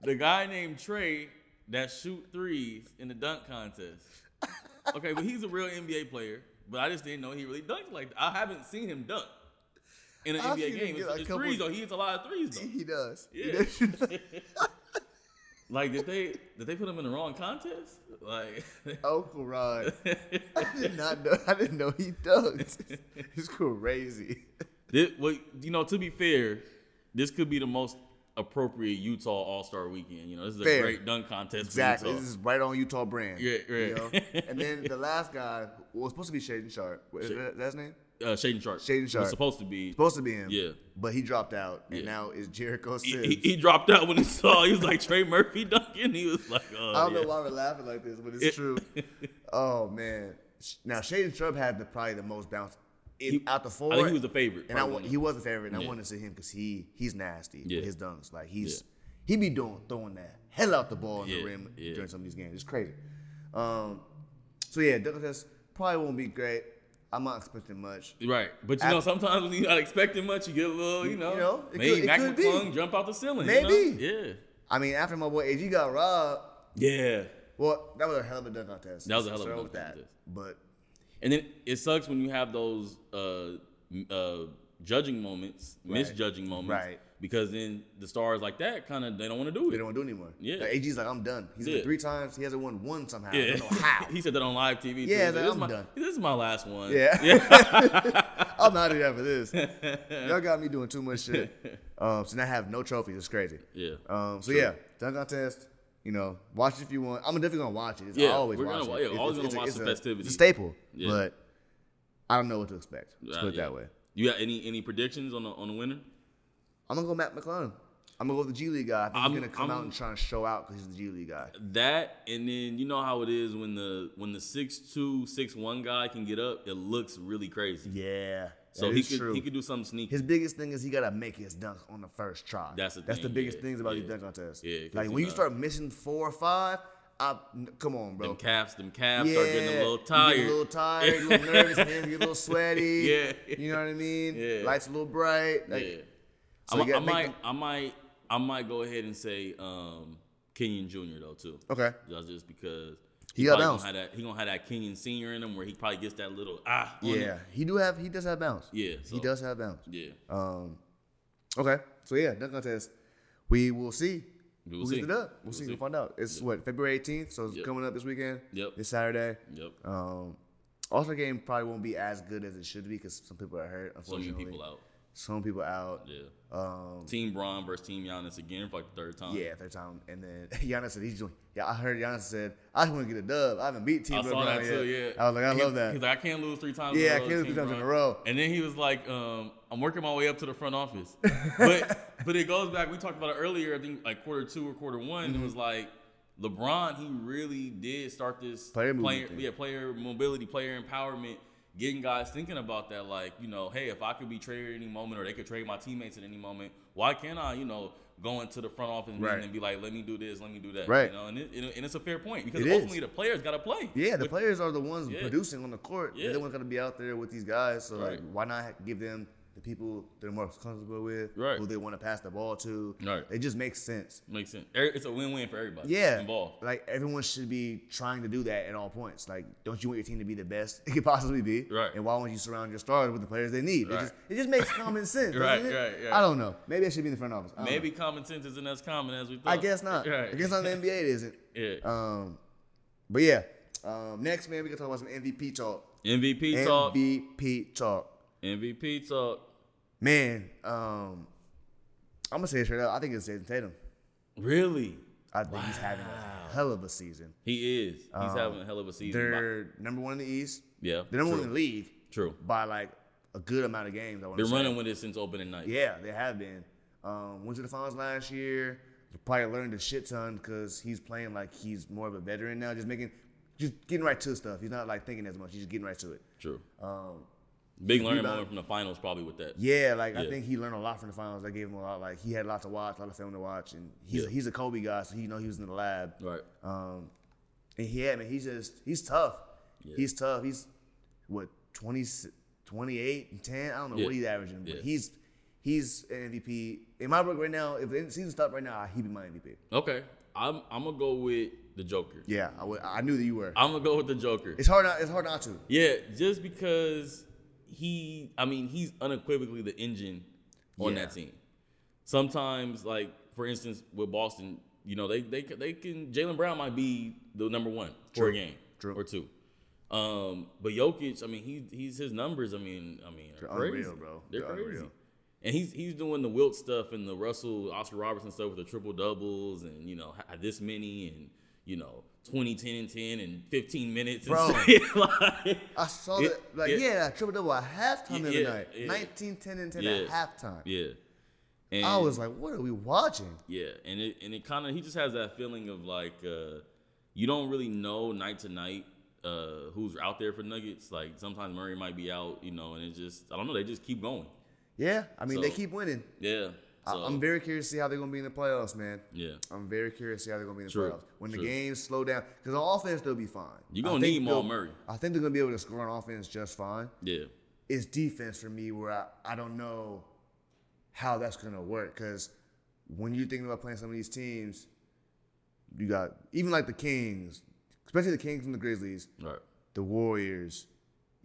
A: The guy named Trey that shoot threes in the dunk contest. Okay, but he's a real NBA player. But I just didn't know he really dunked like that. I haven't seen him dunk in an
B: I've seen
A: NBA
B: him
A: game.
B: get
A: It's,
B: a
A: it's
B: couple-
A: threes though. He hits a lot of threes though.
B: He does. He
A: Yeah.
B: does shoot that.
A: like did they did they put him in the wrong contest? Like
B: Uncle Ron. I did not know. I didn't know he does. It's crazy.
A: This, well, you know, to be fair, this could be the most appropriate Utah All Star Weekend. You know, this is a
B: Fair.
A: great dunk contest.
B: Exactly.
A: For
B: This
A: Utah.
B: is right on Utah brand.
A: Yeah,
B: you
A: right.
B: know? And then the last guy was supposed to be Shaden Sharp. What- Is
A: Sha-
B: that is that his name?
A: Uh, Shaden Sharp.
B: Shaden
A: It was
B: Sharp.
A: supposed to be.
B: Supposed to be him.
A: Yeah.
B: But he dropped out, and
A: Yeah.
B: now it's Jericho
A: He,
B: Sims.
A: he- he dropped out when he saw. He was like Trey Murphy dunking. He was like, oh,
B: I don't
A: yeah.
B: know why we're laughing like this, but it's
A: Yeah.
B: true. Oh man. Sh- Now Shaden Sharp had the, probably the most bounce in,
A: He-
B: out the four.
A: I think he was the favorite.
B: and I
A: probably.
B: wa- he was a favorite, and I
A: Yeah.
B: wanted to see him because he he's nasty
A: Yeah.
B: with his dunks. Like he's he be doing throwing that hell out the ball in the
A: Yeah,
B: rim
A: yeah.
B: during some of these games. It's crazy. Um, so yeah, dunk contest probably won't be great. I'm not expecting much.
A: Right, but you know, sometimes when you're not expecting much, you get a little, you
B: You
A: know,
B: know, it
A: maybe
B: could- it
A: Mac
B: could be.
A: McClung jump out the ceiling. you
B: Maybe.
A: know?
B: I mean, after my boy AG got robbed,
A: yeah, yeah.
B: well, that was a hell of a dunk contest.
A: That was a hell of a
B: Start
A: dunk
B: with that.
A: contest.
B: But
A: And then it sucks when you have those uh, m- uh, judging moments, misjudging moments,
B: Right.
A: Because then the stars like that kind of they don't want to do
B: they
A: it.
B: don't want to do anymore.
A: Yeah.
B: like, AG's like, I'm done. He's
A: Yeah.
B: been three times. He hasn't won one somehow. I
A: Yeah,
B: don't know how.
A: he said that on live TV.
B: Yeah,
A: too. He's
B: like,
A: this
B: I'm
A: is my,
B: done.
A: This is my last one.
B: Yeah.
A: yeah.
B: I'm out of here for this. Y'all got me doing too much shit. Um, so now I have no trophies. It's crazy.
A: Yeah.
B: Um, so
A: True.
B: yeah, dunk contest. You know, watch it if you want. I'm definitely gonna watch it. It's,
A: Yeah,
B: I always
A: we're
B: watch
A: gonna wa-
B: it.
A: yeah, always gonna
B: a-
A: watch the
B: a- It's a
A: festivities.
B: staple,
A: Yeah.
B: but I don't know what to expect. Let's
A: Uh,
B: put it
A: yeah.
B: that way.
A: You got any any predictions on the on the winner?
B: I'm gonna go Matt McClung. I'm gonna go with the G League guy. I think
A: I'm-
B: he's gonna
A: I'm-
B: come
A: Uh,
B: out and try to show out because he's the G League guy.
A: That and then you know how it is when the when the six two six one guy can get up, it looks really crazy.
B: Yeah.
A: so
B: that
A: he
B: is
A: could he could do something sneaky.
B: His biggest thing is he gotta make his dunk on the first try.
A: That's the
B: that's the
A: thing,
B: biggest
A: yeah,
B: things about these
A: yeah.
B: dunk contests.
A: Yeah, 'cause
B: like
A: he
B: when you
A: not-
B: start missing four or five, I n- come on, bro.
A: them calves, them calves start getting a little tired.
B: You get a little tired, a little nervous, hands get a little sweaty.
A: Yeah.
B: you know what I mean.
A: Yeah.
B: lights a little bright. Like,
A: yeah.
B: so
A: I,
B: you
A: mi- I
B: gotta make
A: might
B: them-
A: I might I might go ahead and say um Kenyon Jr. though too.
B: Okay.
A: Just- Just because
B: He got
A: probably
B: bounced.
A: Gonna have that, he gonna have that Kenyon Senior in him where he probably gets that little ah. on
B: Yeah,
A: him.
B: he do have he does have bounce.
A: Yeah. So,
B: He does have bounce.
A: Yeah.
B: Um, okay, so yeah, dunk contest. We will see.
A: We will
B: who gets
A: see.
B: it up. We'll,
A: We'll
B: see.
A: see.
B: We'll find out. It's what February 18th, so it's
A: Yep.
B: coming up this weekend.
A: Yep.
B: This Saturday.
A: Yep.
B: Um, All-Star game probably won't be as good as it should be because some people are hurt.
A: So many
B: Unfortunately,
A: people out.
B: some people out.
A: Yeah.
B: Um,
A: Team Braun versus Team Giannis again for like the third time.
B: yeah, third time. And then Giannis said he's doing. Yeah, I heard Giannis said I want to get a dub. I haven't beat team.
A: I saw that too. Yeah,
B: I was like, I
A: He-
B: love that.
A: He's like, I can't lose three times. in
B: Yeah,
A: a
B: I
A: row,
B: can't lose
A: Team
B: three times in a
A: Brown."
B: row.
A: And then he was like, um, I'm working my way up to the front office. But but it goes back. We talked about it earlier. I think like quarter two or quarter one.
B: Mm-hmm.
A: It was like LeBron. He really did start this
B: Player movement
A: player
B: thing.
A: yeah player mobility, player empowerment, getting guys thinking about that. Like you know, hey, if I could be traded at any moment, or they could trade my teammates at any moment, why can't I? You know. Go into the front office meeting
B: Right.
A: and be like, "Let me do this, let me do that."
B: Right.
A: You know, and, it, and it- and it's a fair point because
B: It is.
A: ultimately the players got to play.
B: Yeah, the
A: With-
B: players are the ones
A: Yeah.
B: producing on the court. They're
A: Yeah.
B: the ones gonna be out there with these guys. So like,
A: Right.
B: why not give them the people they're more comfortable with,
A: Right.
B: who they want to pass the ball to?
A: Right.
B: It just makes sense.
A: Makes sense. Er- It's a win-win for everybody.
B: Yeah,
A: involved.
B: like everyone should be trying to do that at all points. Like, don't you want your team to be the best it could possibly be?
A: Right.
B: And why won't you surround your stars with the players they need? It
A: Right.
B: just it just makes common sense.
A: Right,
B: doesn't it?
A: right, right.
B: I don't know. Maybe I should be in the front office. I don't
A: Maybe
B: know.
A: common sense isn't as common as we thought.
B: Uh-huh. I guess not.
A: Right.
B: I guess on the NBA it isn't.
A: Yeah.
B: Um, but yeah. Um, next man, we gonna talk about some MVP talk.
A: MVP talk.
B: MVP talk.
A: MVP talk.
B: Man, um, I'm gonna say it straight up. I think it's Jason Tatum.
A: Really,
B: I think he's having a hell of a season.
A: he is. He's having a hell of a season.
B: Uh-huh. They're number one in the East.
A: yeah.
B: They're number one
A: true.
B: in the league
A: True.
B: by like a good amount of games. I want
A: They're
B: to say.
A: running with it since opening night.
B: Yeah, they have been. Um, went to the finals last year. Probably learned a shit ton because he's playing like he's more of a veteran now. Just making, just getting right to stuff. He's not like thinking as much. He's just getting right to it.
A: True.
B: Um,
A: Big learning
B: rebound-
A: moment from the finals probably with that.
B: Yeah, like I
A: Yeah.
B: think he learned a lot from the finals. They gave him a lot. Like he had a lot to watch, a lot of film to watch, and he's
A: Yeah.
B: he's a Kobe guy, so he, you know he was in the lab.
A: Right.
B: Um, and he had, man, he's just he's tough.
A: Yeah.
B: He's tough. He's what 20, 28 and ten. I don't know
A: Yeah.
B: what he's averaging, but
A: Yeah.
B: he's he's an MVP in my book right now. If the season stopped right now, he'd be my MVP.
A: Okay. I'm. I'm gonna go with the Joker.
B: Uh-huh. Yeah, I would- I knew that you were.
A: I'm gonna go with the Joker.
B: it's hard. Not, it's hard not to.
A: Yeah, just because he, I mean, he's unequivocally the engine on
B: Yeah.
A: that team. Sometimes, like for instance, with Boston, you know, they they they can Jalen Brown might be the number one for
B: True.
A: a game
B: True.
A: or two. Um, but Jokic, I mean, he he's his numbers. I mean, I mean, are
B: They're
A: crazy,
B: unreal, bro.
A: They're,
B: They're
A: crazy.
B: unreal.
A: And he's he's doing the Wilt stuff and the Russell Oscar Robertson stuff with the triple doubles and you know ha- this many and you know 20, 10, and 10 and 15 minutes. and
B: Bro.
A: shit, like-
B: I saw
A: It-
B: that. Like
A: it-
B: yeah, triple double at halftime
A: Yeah,
B: the other
A: yeah,
B: night.
A: yeah.
B: Nineteen, ten, 19, 10, and ten
A: Yeah.
B: at halftime.
A: Yeah. And,
B: I was like, what are we watching?
A: yeah, and it and it kind of he just has that feeling of like uh, you don't really know night to night uh, who's out there for Nuggets. Like sometimes Murray might be out, you know, and it just I don't know. They just keep going.
B: Yeah, I mean they
A: So-
B: keep winning.
A: Yeah.
B: I-
A: So,
B: I'm very curious to see how they're gonna be in the playoffs, man.
A: yeah.
B: I'm very curious to see how they're gonna be in the
A: True,
B: playoffs. When the
A: true.
B: games slow down, because on offense they'll be fine.
A: You
B: I
A: gonna
B: think
A: need Jamal
B: they'll-
A: Murray.
B: I think they're gonna be able to score on offense just fine.
A: Yeah.
B: It's defense for me where I, I don't know how that's gonna work because when you're thinking about playing some of these teams, you got even like the Kings, especially the Kings and the Grizzlies,
A: All right.
B: the Warriors,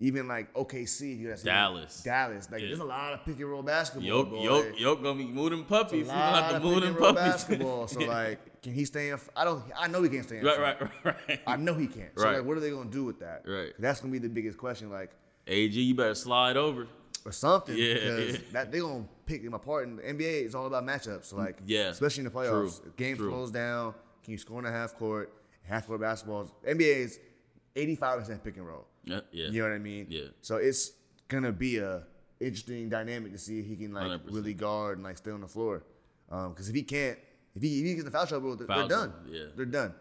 B: even like OKC, you got
A: Dallas.
B: Dallas. Like
A: Yeah.
B: there's a lot of pick and roll basketball.
A: Yoke,
B: Oh, boy.
A: Yoke, Yoke gonna be moving puppies.
B: a
A: He's gonna
B: lot
A: have
B: of
A: to move
B: pick
A: them
B: and roll
A: puppies.
B: basketball. So like, can he stay in? f- I don't. I know he can't stay in.
A: right,
B: front.
A: right, right,
B: I
A: right.
B: know he can't. So
A: Right.
B: like, what are they gonna do with that?
A: Right.
B: That's gonna be the biggest question. Like,
A: AG, you better slide over.
B: or something.
A: Yeah,
B: Because
A: yeah.
B: that they gonna pick him apart. And the NBA is all about matchups. So like,
A: Yeah,
B: especially in the playoffs,
A: true,
B: if game
A: true.
B: slows down. Can you score in a half court? Half court basketball. NBA is eighty five percent pick and roll.
A: Yeah, yeah.
B: You know what I mean?
A: Yeah.
B: So it's gonna be a interesting dynamic to see if he can like
A: 100%.
B: really guard and like stay on the floor. Because if he can't, if he, if he gets in foul trouble, they're,
A: Foul
B: they're done.
A: trouble, yeah.
B: They're done.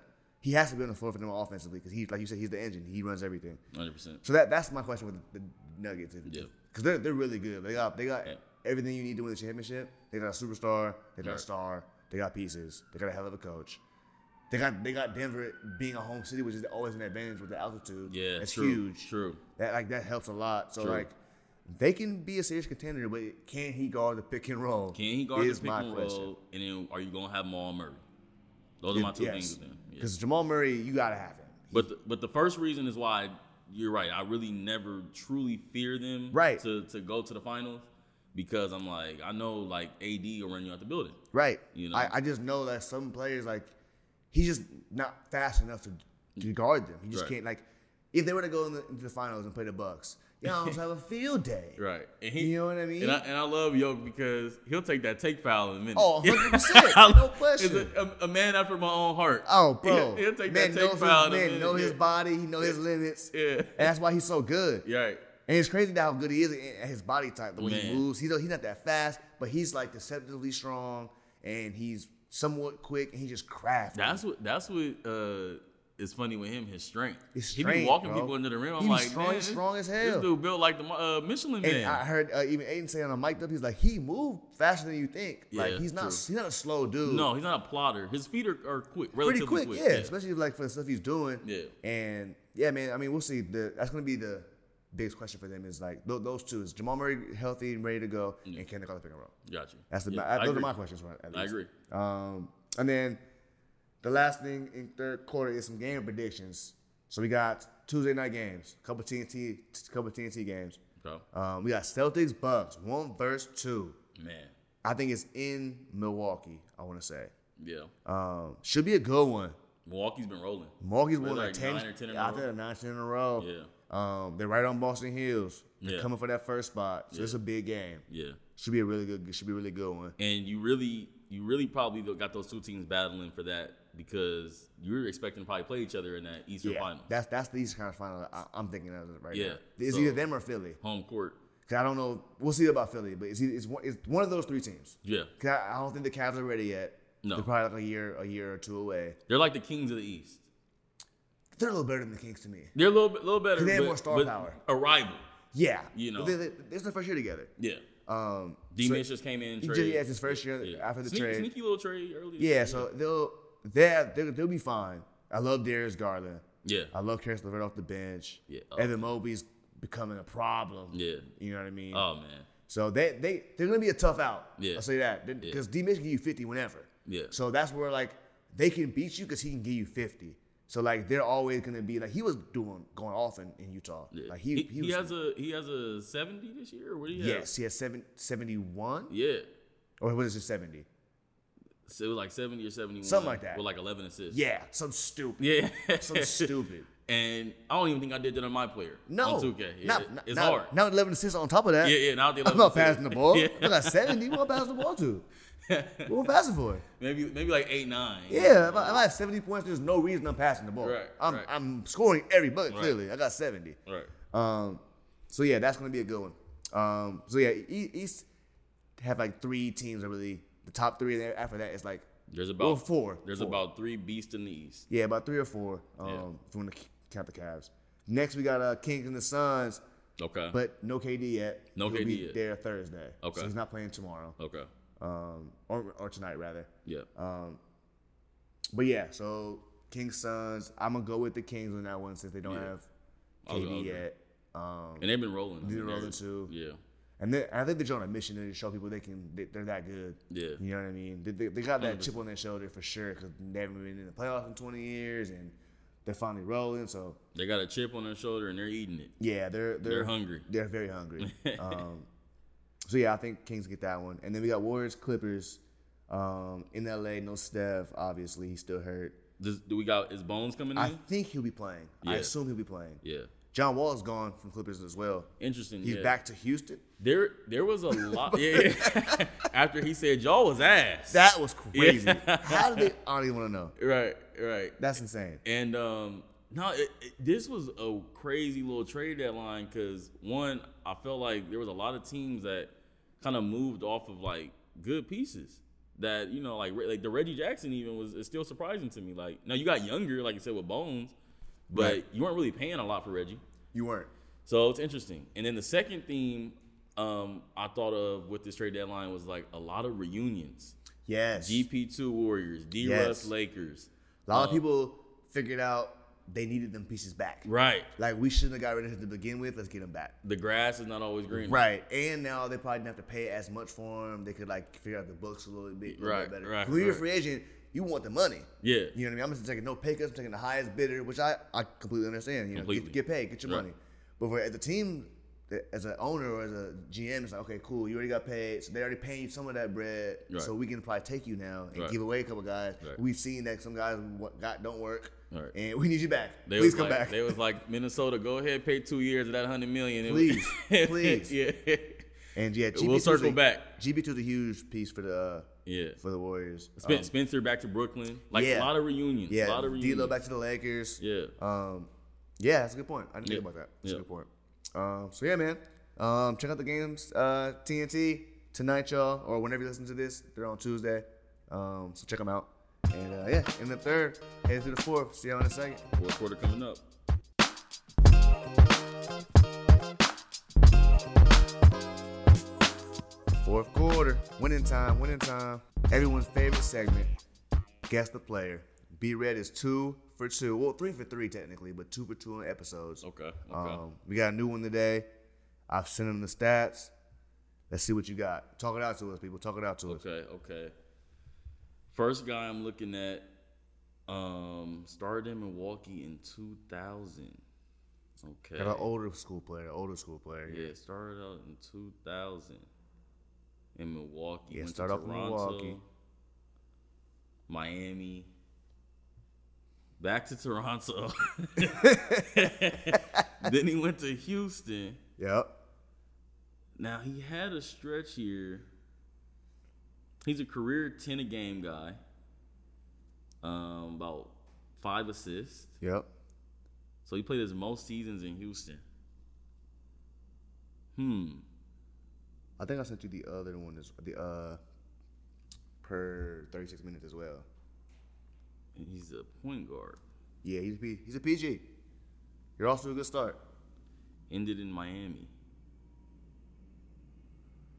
B: He has to be on the floor for them offensively because he, like you said, he's the engine. He runs everything.
A: Hundred percent.
B: So that that's my question with the Nuggets.
A: Yeah.
B: Because they're they're really good. They got they got
A: Yeah.
B: everything you need to win the championship. They got a superstar. They got
A: Right.
B: a star. They got pieces. They got a hell of a coach. They got they got Denver being a home city, which is always an advantage with the altitude.
A: Yeah,
B: that's
A: true,
B: huge.
A: true.
B: That like that helps a lot. So
A: True.
B: like. They can be a serious contender, but can he guard the pick and roll?
A: Can he guard
B: is
A: the pick
B: my
A: and
B: question.
A: roll? And then are you gonna have Maul Murray? Those are my two things with him. Yeah.
B: Because Jamal Murray, you gotta have him.
A: But the, but the first reason is why you're right. I really never truly fear them
B: Right.
A: to to go to the finals because I'm like I know like AD will run you out the building.
B: Right.
A: You know?
B: I, I just know that some players like he's just not fast enough to, to guard them. He just
A: Right.
B: can't like if they were to go in the, into the finals and play the Bucks, y'all have a field day.
A: Right. And he,
B: You know what I mean?
A: And I, and I love Yoke because he'll take that take fowl in a minute.
B: Oh, 100%. No question.
A: He's a, a, a man after my own heart.
B: Oh,
A: He'll,
B: bro.
A: he'll take
B: man
A: that take
B: knows
A: foul in
B: his,
A: a
B: man
A: minute.
B: know his
A: yeah.
B: body, he know his limits.
A: Yeah.
B: And that's why he's so good.
A: Yeah, Right.
B: And it's crazy how good he is at at his body type, the way he
A: Man.
B: moves. He's, he's not that fast, but he's like deceptively strong and he's somewhat quick and he just crafty.
A: That's what. That's what. Uh, is funny with him. His strength.
B: His
A: he be
B: strength,
A: walking
B: bro.
A: people under the rim. I'm
B: He be
A: like,
B: strong-
A: man,
B: he's
A: this-
B: strong as
A: This
B: hell.
A: dude built like the uh, Michelin
B: And
A: man.
B: I heard uh, even Aiden say on a mic up, he's like, he moved faster than you think. Like
A: Yeah,
B: he's not
A: true.
B: he's not a slow dude.
A: no, he's not a plotter. His feet are, are quick,
B: pretty
A: relatively
B: quick, yeah,
A: yeah.
B: Especially like for the stuff he's doing.
A: Yeah.
B: And yeah, man. I mean, we'll see. The that's gonna be the biggest question for them is like th- those two is Jamal Murray healthy and ready to go, and can they call the pick and roll?
A: Got you.
B: That's the
A: Yeah,
B: I,
A: I
B: those are
A: agree.
B: my questions. Right. at
A: I
B: least.
A: agree.
B: Um, and then the last thing in third quarter is some game predictions. So we got Tuesday night games, couple TNT, couple TNT games.
A: Okay.
B: Um, we got Celtics Bucks one versus two.
A: Man.
B: I think it's in Milwaukee. I want to say
A: Yeah.
B: um, should be a good one.
A: Milwaukee's been rolling.
B: Milwaukee's
A: They're
B: won like,
A: like
B: ten.
A: nine or 10 in a
B: yeah, I
A: row.
B: think they're nine, ten in a row.
A: Yeah.
B: Um, they're right on Boston Hills. They're
A: Yeah.
B: coming for that first spot. So it's a big game.
A: Yeah.
B: Should be a really good. Should be a really good one.
A: And you really, you really probably got those two teams battling for that because you were expecting to probably play each other in that Eastern
B: Yeah,
A: final,
B: that's that's the Eastern Conference final. I, I'm thinking of right
A: Yeah,
B: now. It's
A: so-
B: either them or Philly.
A: home court.
B: 'Cause I don't know. We'll see about Philly, but it's, either- it's one, it's one of those three teams.
A: Yeah.
B: 'Cause I, I don't think the Cavs are ready yet.
A: No.
B: they're probably like a year, a year or two away.
A: They're like the kings of the East.
B: They're a little better than the Kings to me.
A: They're a little bit, little better.
B: They have
A: but-
B: more star
A: but
B: power.
A: A rival.
B: Yeah,
A: You know.
B: they, they, it's their first year together.
A: Yeah.
B: Um,
A: D
B: so-
A: Mitch just came in.
B: He
A: Trade.
B: just- yeah, it's his first year
A: Yeah.
B: after the
A: Sneak-
B: trade.
A: Sneaky little trade earlier.
B: Yeah, so they'll they they'll, they'll be fine. I love Darius Garland.
A: yeah.
B: I love Karis LeVert off the bench.
A: Yeah. oh.
B: Evan Mobley's becoming a problem.
A: Yeah.
B: You know what I mean?
A: Oh man.
B: so they they they're gonna be a tough out.
A: Yeah.
B: I'll say that because D Mitch can give you fifty whenever.
A: Yeah.
B: So that's where like they can beat you because he can give you fifty. So like they're always gonna be like he was doing going off in, in Utah.
A: Yeah.
B: Like
A: he,
B: he he, was,
A: has a he has a seventy this year. Or what do you have?
B: yes he has seven, 71?
A: Yeah.
B: or was it seventy?
A: So it was like seventy or seventy one.
B: Something like that.
A: With like eleven assists.
B: Yeah, some stupid,
A: Yeah.
B: some stupid.
A: And I don't even think I did that on my player.
B: No,
A: On 2K. Yeah,
B: Now,
A: it- it's
B: now,
A: hard.
B: Now eleven assists on top of that.
A: yeah, yeah. Now they
B: I'm
A: love
B: not
A: to see it.
B: passing the ball.
A: Yeah.
B: I got 70. What am I passing the ball to? What am I passing for?
A: Maybe maybe like eight nine.
B: Yeah, if I, if I have 70 points, there's no reason I'm passing the ball.
A: Right,
B: I'm,
A: right.
B: I'm scoring every bucket,
A: Right.
B: clearly. I got 70.
A: Right.
B: Um, so, yeah, that's going to be a good one. Um, so, yeah, E- East have like three teams that really, the top three, and then after that, it's like,
A: There's about
B: well, four.
A: There's
B: Four.
A: about three beasts in the East.
B: Yeah, about three or four um,
A: Yeah.
B: if you want to count the Cavs. Next, we got uh, Kings and the Suns,
A: Okay.
B: but no KD yet.
A: No
B: He'll
A: KD
B: be
A: yet.
B: there Thursday.
A: Okay.
B: So, he's not playing tomorrow
A: okay.
B: um, or, or tonight rather.
A: Yeah.
B: Um, But yeah, so Kings Suns. I'm gonna go with the Kings on that one since they don't
A: Yeah.
B: have
A: I'll go- I'll
B: KD
A: go.
B: yet. Um,
A: and they've been rolling. I
B: they're
A: mean, they're-
B: rolling too.
A: Yeah.
B: and then I think they're on a mission to show people they can they, they're that good.
A: Yeah.
B: You know what I mean? They, they, they got that chip on their shoulder for sure because they haven't been in the playoffs in 20 years and they're finally rolling. So
A: They got a chip on their shoulder and they're eating it.
B: yeah, they're they're,
A: They're hungry.
B: They're very hungry. um, so yeah, I think Kings get that one. And then we got Warriors Clippers um, in LA. No Steph, obviously he's still hurt.
A: Does, do we got is Bones coming in?
B: I think he'll be playing. I
A: Mm-hmm. Yeah.
B: assume he'll be playing.
A: yeah.
B: John Wall is gone from Clippers as well.
A: Interesting.
B: He's
A: yeah.
B: back to Houston.
A: There, there was a lot. yeah, yeah. After he said y'all was ass.
B: That was crazy. How did they? I don't even want to know.
A: right, right.
B: That's insane.
A: And um, no, it, it, this was a crazy little trade deadline because one, I felt like there was a lot of teams that kind of moved off of like good pieces. that you know, like re- like the Reggie Jackson even was is still surprising to me. Like now you got younger, like you said with Bones, but
B: Right.
A: you weren't really paying a lot for Reggie,
B: You weren't.
A: so it's interesting. And then the second theme um, I thought of with this trade deadline was like a lot of reunions.
B: Yes.
A: GP two Warriors, D Russ
B: Yes.
A: Lakers,
B: a
A: uh,
B: lot of people figured out they needed them pieces back.
A: right?
B: Like we shouldn't have got rid of him to begin with. Let's get him back.
A: The grass is not always green.
B: Right, and now they probably didn't have to pay as much for him. They could like figure out the books a little bit, a little
A: Right,
B: bit better.
A: right,
B: when you're a
A: right.
B: free agent, you want the money.
A: Yeah.
B: You know what I mean? I'm just taking no pay cuts. I'm taking the highest bidder, which I, I completely understand. You know,
A: Completely.
B: get, get paid, get your
A: Right.
B: money. But for, as a team, as an owner or as a GM, it's like, okay, cool, you already got paid, so they already paying you some of that bread,
A: Right.
B: so we can probably take you now and
A: Right.
B: give away a couple guys.
A: Right.
B: We've seen that some guys wa- got don't work,
A: Right.
B: and we need you back.
A: They
B: Please
A: was
B: come
A: like,
B: back.
A: They was like Minnesota, go ahead, pay two years of that hundred million. It was-
B: Please, please.
A: yeah,
B: and yeah, GB2
A: we'll
B: is
A: circle
B: a-
A: back.
B: GB2 is a huge piece for the uh,
A: Yeah,
B: for the Warriors.
A: Spen-
B: Um,
A: Spencer back to Brooklyn. Like
B: yeah.
A: a lot of reunions.
B: Yeah,
A: a lot of reunions.
B: D-Lo back to the Lakers.
A: yeah,
B: Um, yeah, that's a good point. I didn't
A: Yeah.
B: think about that. That's
A: Yeah.
B: a good point. Um, so yeah, man. Um, check out the games. Uh, TNT tonight, y'all, or whenever you listen to this, they're on Tuesday. Um, so check them out. And uh, yeah, in the third, headed to the fourth. See y'all in a second.
A: fourth quarter coming up.
B: Fourth quarter, winning time, winning time. Everyone's favorite segment. Guess the player. B Red is two for two. Well, three for three technically, but two for two on episodes.
A: Okay, okay.
B: Um, we got a new one today. I've sent him the stats. Let's see what you got. Talk it out to us, people. Talk it out to us.
A: Okay, okay. First guy I'm looking at um started in Milwaukee in 2000. Okay.
B: Got an older school player, older school player.
A: Yeah, started out in 2000 in Milwaukee.
B: Yeah,
A: Went to
B: started off in
A: Toronto,
B: Milwaukee.
A: Miami. Back to Toronto. then he went to Houston.
B: Yep.
A: Now he had a stretch here. He's a career ten a game guy. Um, about five assists.
B: Yep.
A: So he played his most seasons in Houston. Hmm.
B: I think I sent you the other one as the uh per thirty six minutes as well.
A: And he's a point guard.
B: Yeah, he's a P- he's a PG. You're also a good start.
A: Ended in Miami.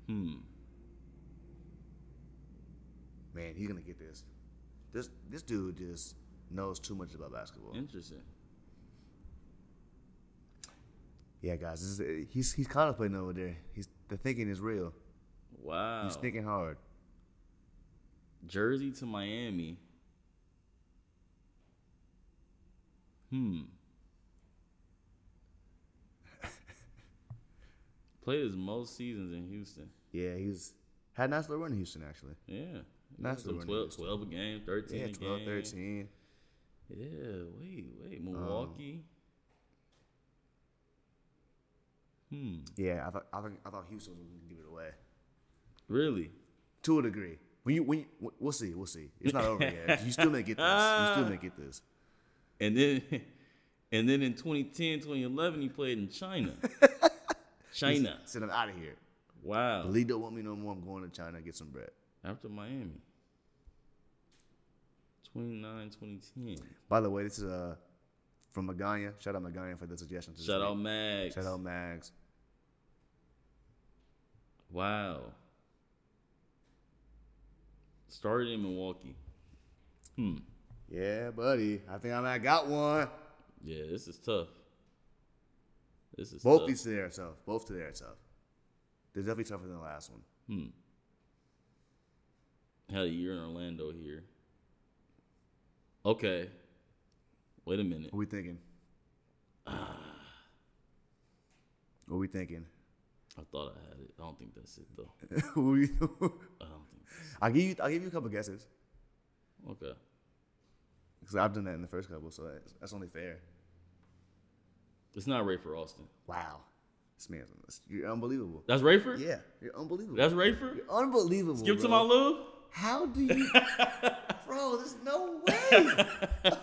A: Hmm.
B: Man, he's gonna get this. This this dude just knows too much about basketball.
A: Interesting.
B: Yeah, guys, this is, he's he's contemplating over there. He's the thinking is real.
A: Wow.
B: He's thinking hard.
A: Jersey to Miami. Hmm. Played his most seasons in Houston.
B: Yeah, he's had a nice little run in Houston actually.
A: Yeah.
B: Nice
A: So
B: little run in
A: 12,
B: Houston.
A: 12 a game, 13
B: Yeah,
A: a
B: 12,
A: game.
B: 13.
A: Yeah, wait, wait.
B: Um,
A: Milwaukee. hmm.
B: Yeah, I thought I think I thought Houston was going to give it away
A: Really?
B: to a degree. When you when you, we'll see, we'll see. It's not over yet. You still may get this. You still may get this.
A: And then and then in 2010, 2011, he played in China. China.
B: Send him out of here. The
A: Wow.
B: league don't want me no more. I'm going to China to get some bread.
A: After Miami. 29, 2010.
B: By the way, this is uh from Maganya. Shout out Maganya for the suggestion. to this
A: Shout out
B: week.
A: Max.
B: Shout out Mags.
A: Wow. Started in Milwaukee. Hmm.
B: Yeah, buddy. I think I might got one.
A: Yeah, this is tough. This is
B: Both
A: tough.
B: these to their tough. Both to their tough. They're definitely tougher than the last one.
A: Hmm. Had a year in Orlando here. Okay. Wait a minute.
B: What we thinking? what we thinking?
A: I thought I had it. I don't think that's it though.
B: What we-
A: I don't think. That's
B: I'll give you. I'll give you a couple guesses
A: it. Okay.
B: because I've done that in the first couple, so that's, that's only fair.
A: It's not Rayford Austin.
B: Wow, this man's you're unbelievable.
A: That's Rayford.
B: Yeah, you're unbelievable.
A: That's Rayford.
B: unbelievable.
A: Give to
B: bro.
A: my love.
B: How do you, bro? There's no way.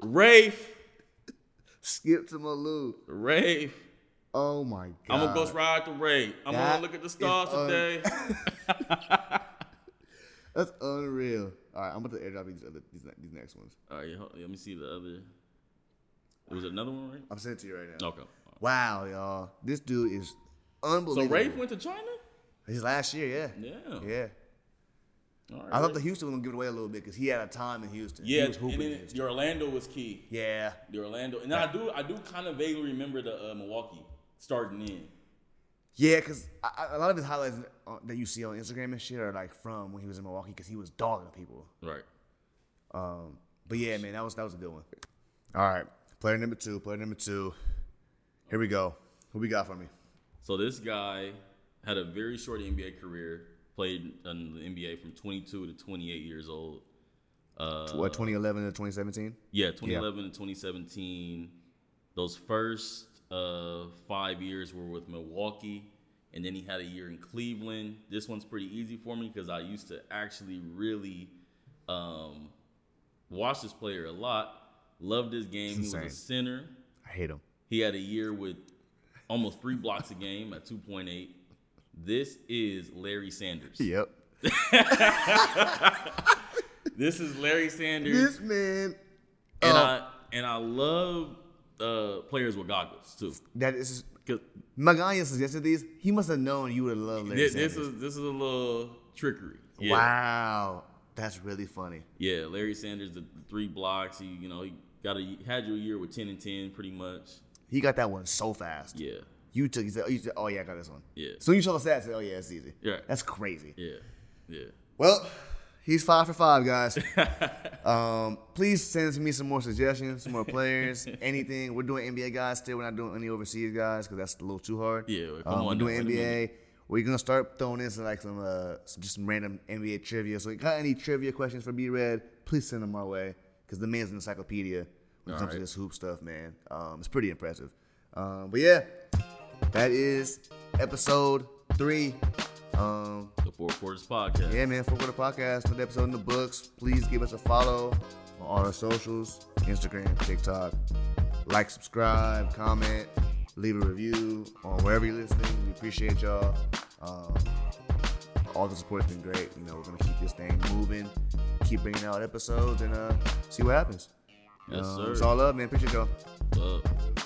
A: Rafe.
B: Skip to Malou.
A: Rafe.
B: Oh my god.
A: I'm gonna go ride the Ray. I'm
B: That
A: gonna look at the stars
B: is un-
A: today.
B: That's unreal. All right, I'm about to airdrop these other these, ne- these next ones.
A: All right, hold- let me see the other. It was another one, right?
B: I'm sending it to you right now.
A: Okay.
B: Wow, y'all, this dude is
A: So
B: unbelievable.
A: Rafe went to China.
B: his last year, yeah,
A: Yeah.
B: yeah.
A: All right.
B: I thought
A: Rafe.
B: the Houston was gonna give it away a little bit because he had a time in Houston.
A: yeah,
B: he was
A: and
B: hooping. in
A: then
B: Houston.
A: the Orlando was key.
B: yeah,
A: The Orlando, and I do, I do kind of vaguely remember the uh, Milwaukee starting in.
B: yeah, because a lot of his highlights on- that you see on Instagram and shit are like from when he was in Milwaukee because he was dogging people.
A: Right.
B: Um, but yeah, man, that was that was a good one. All right, player number two, player number two. Here we go. Who we got for me?
A: So this guy had a very short NBA career. Played in the NBA from 22 to 28 years old. Uh,
B: what 2011 to 2017?
A: Yeah, 2011 and 2017. Those first uh, five years were with Milwaukee, and then he had a year in Cleveland. This one's pretty easy for me because I used to actually really um, watch this player a lot. Loved his game. He was
B: It's
A: a
B: insane.
A: center.
B: I hate him.
A: He had a year with almost three blocks a game at 2.8. This is Larry Sanders.
B: Yep.
A: This is Larry Sanders.
B: This man.
A: and
B: Oh.
A: I and I love uh, players with goggles too.
B: That is
A: 'Cause
B: Maganya suggested these. He must have known you would have loved Larry
A: This,
B: Sanders.
A: this is this is a little trickery. Yeah.
B: Wow, that's really funny.
A: Yeah, Larry Sanders, the, the three blocks. He, you know, he got a had your year with ten and ten, pretty much.
B: He got that one so fast.
A: Yeah,
B: You took. He said, oh, you said, "Oh yeah, I got this one."
A: Yeah.
B: So you saw the stats. I said, "Oh yeah, it's easy."
A: Yeah.
B: That's crazy.
A: yeah, yeah.
B: Well, he's five for five, guys. um, please send me some more suggestions, some more players, anything. We're doing NBA guys still. We're not doing any overseas guys because that's a little too hard.
A: Yeah, well, come
B: um,
A: on now,
B: We're doing
A: wait a
B: NBA. We're gonna start throwing in some like some uh some, just some random NBA trivia. So, if you got any trivia questions for B Red? Please send them our way because the man's an encyclopedia when it
A: All
B: comes to
A: right.
B: this hoop stuff, man. Um, it's pretty impressive. Um, but yeah, that is episode three. Um,
A: The Four Quarters Podcast.
B: yeah, man, Four Quarter Podcast, another episode in the books. Please give us a follow on all our socials Instagram, TikTok. Like, subscribe, comment, leave a review on wherever you're listening. We appreciate y'all. Um, all the support's been great. You know, we're going to keep this thing moving, keep bringing out episodes, and uh, see what happens.
A: Yes,
B: Um,
A: sir.
B: It's all love, man. Appreciate y'all.
A: Love.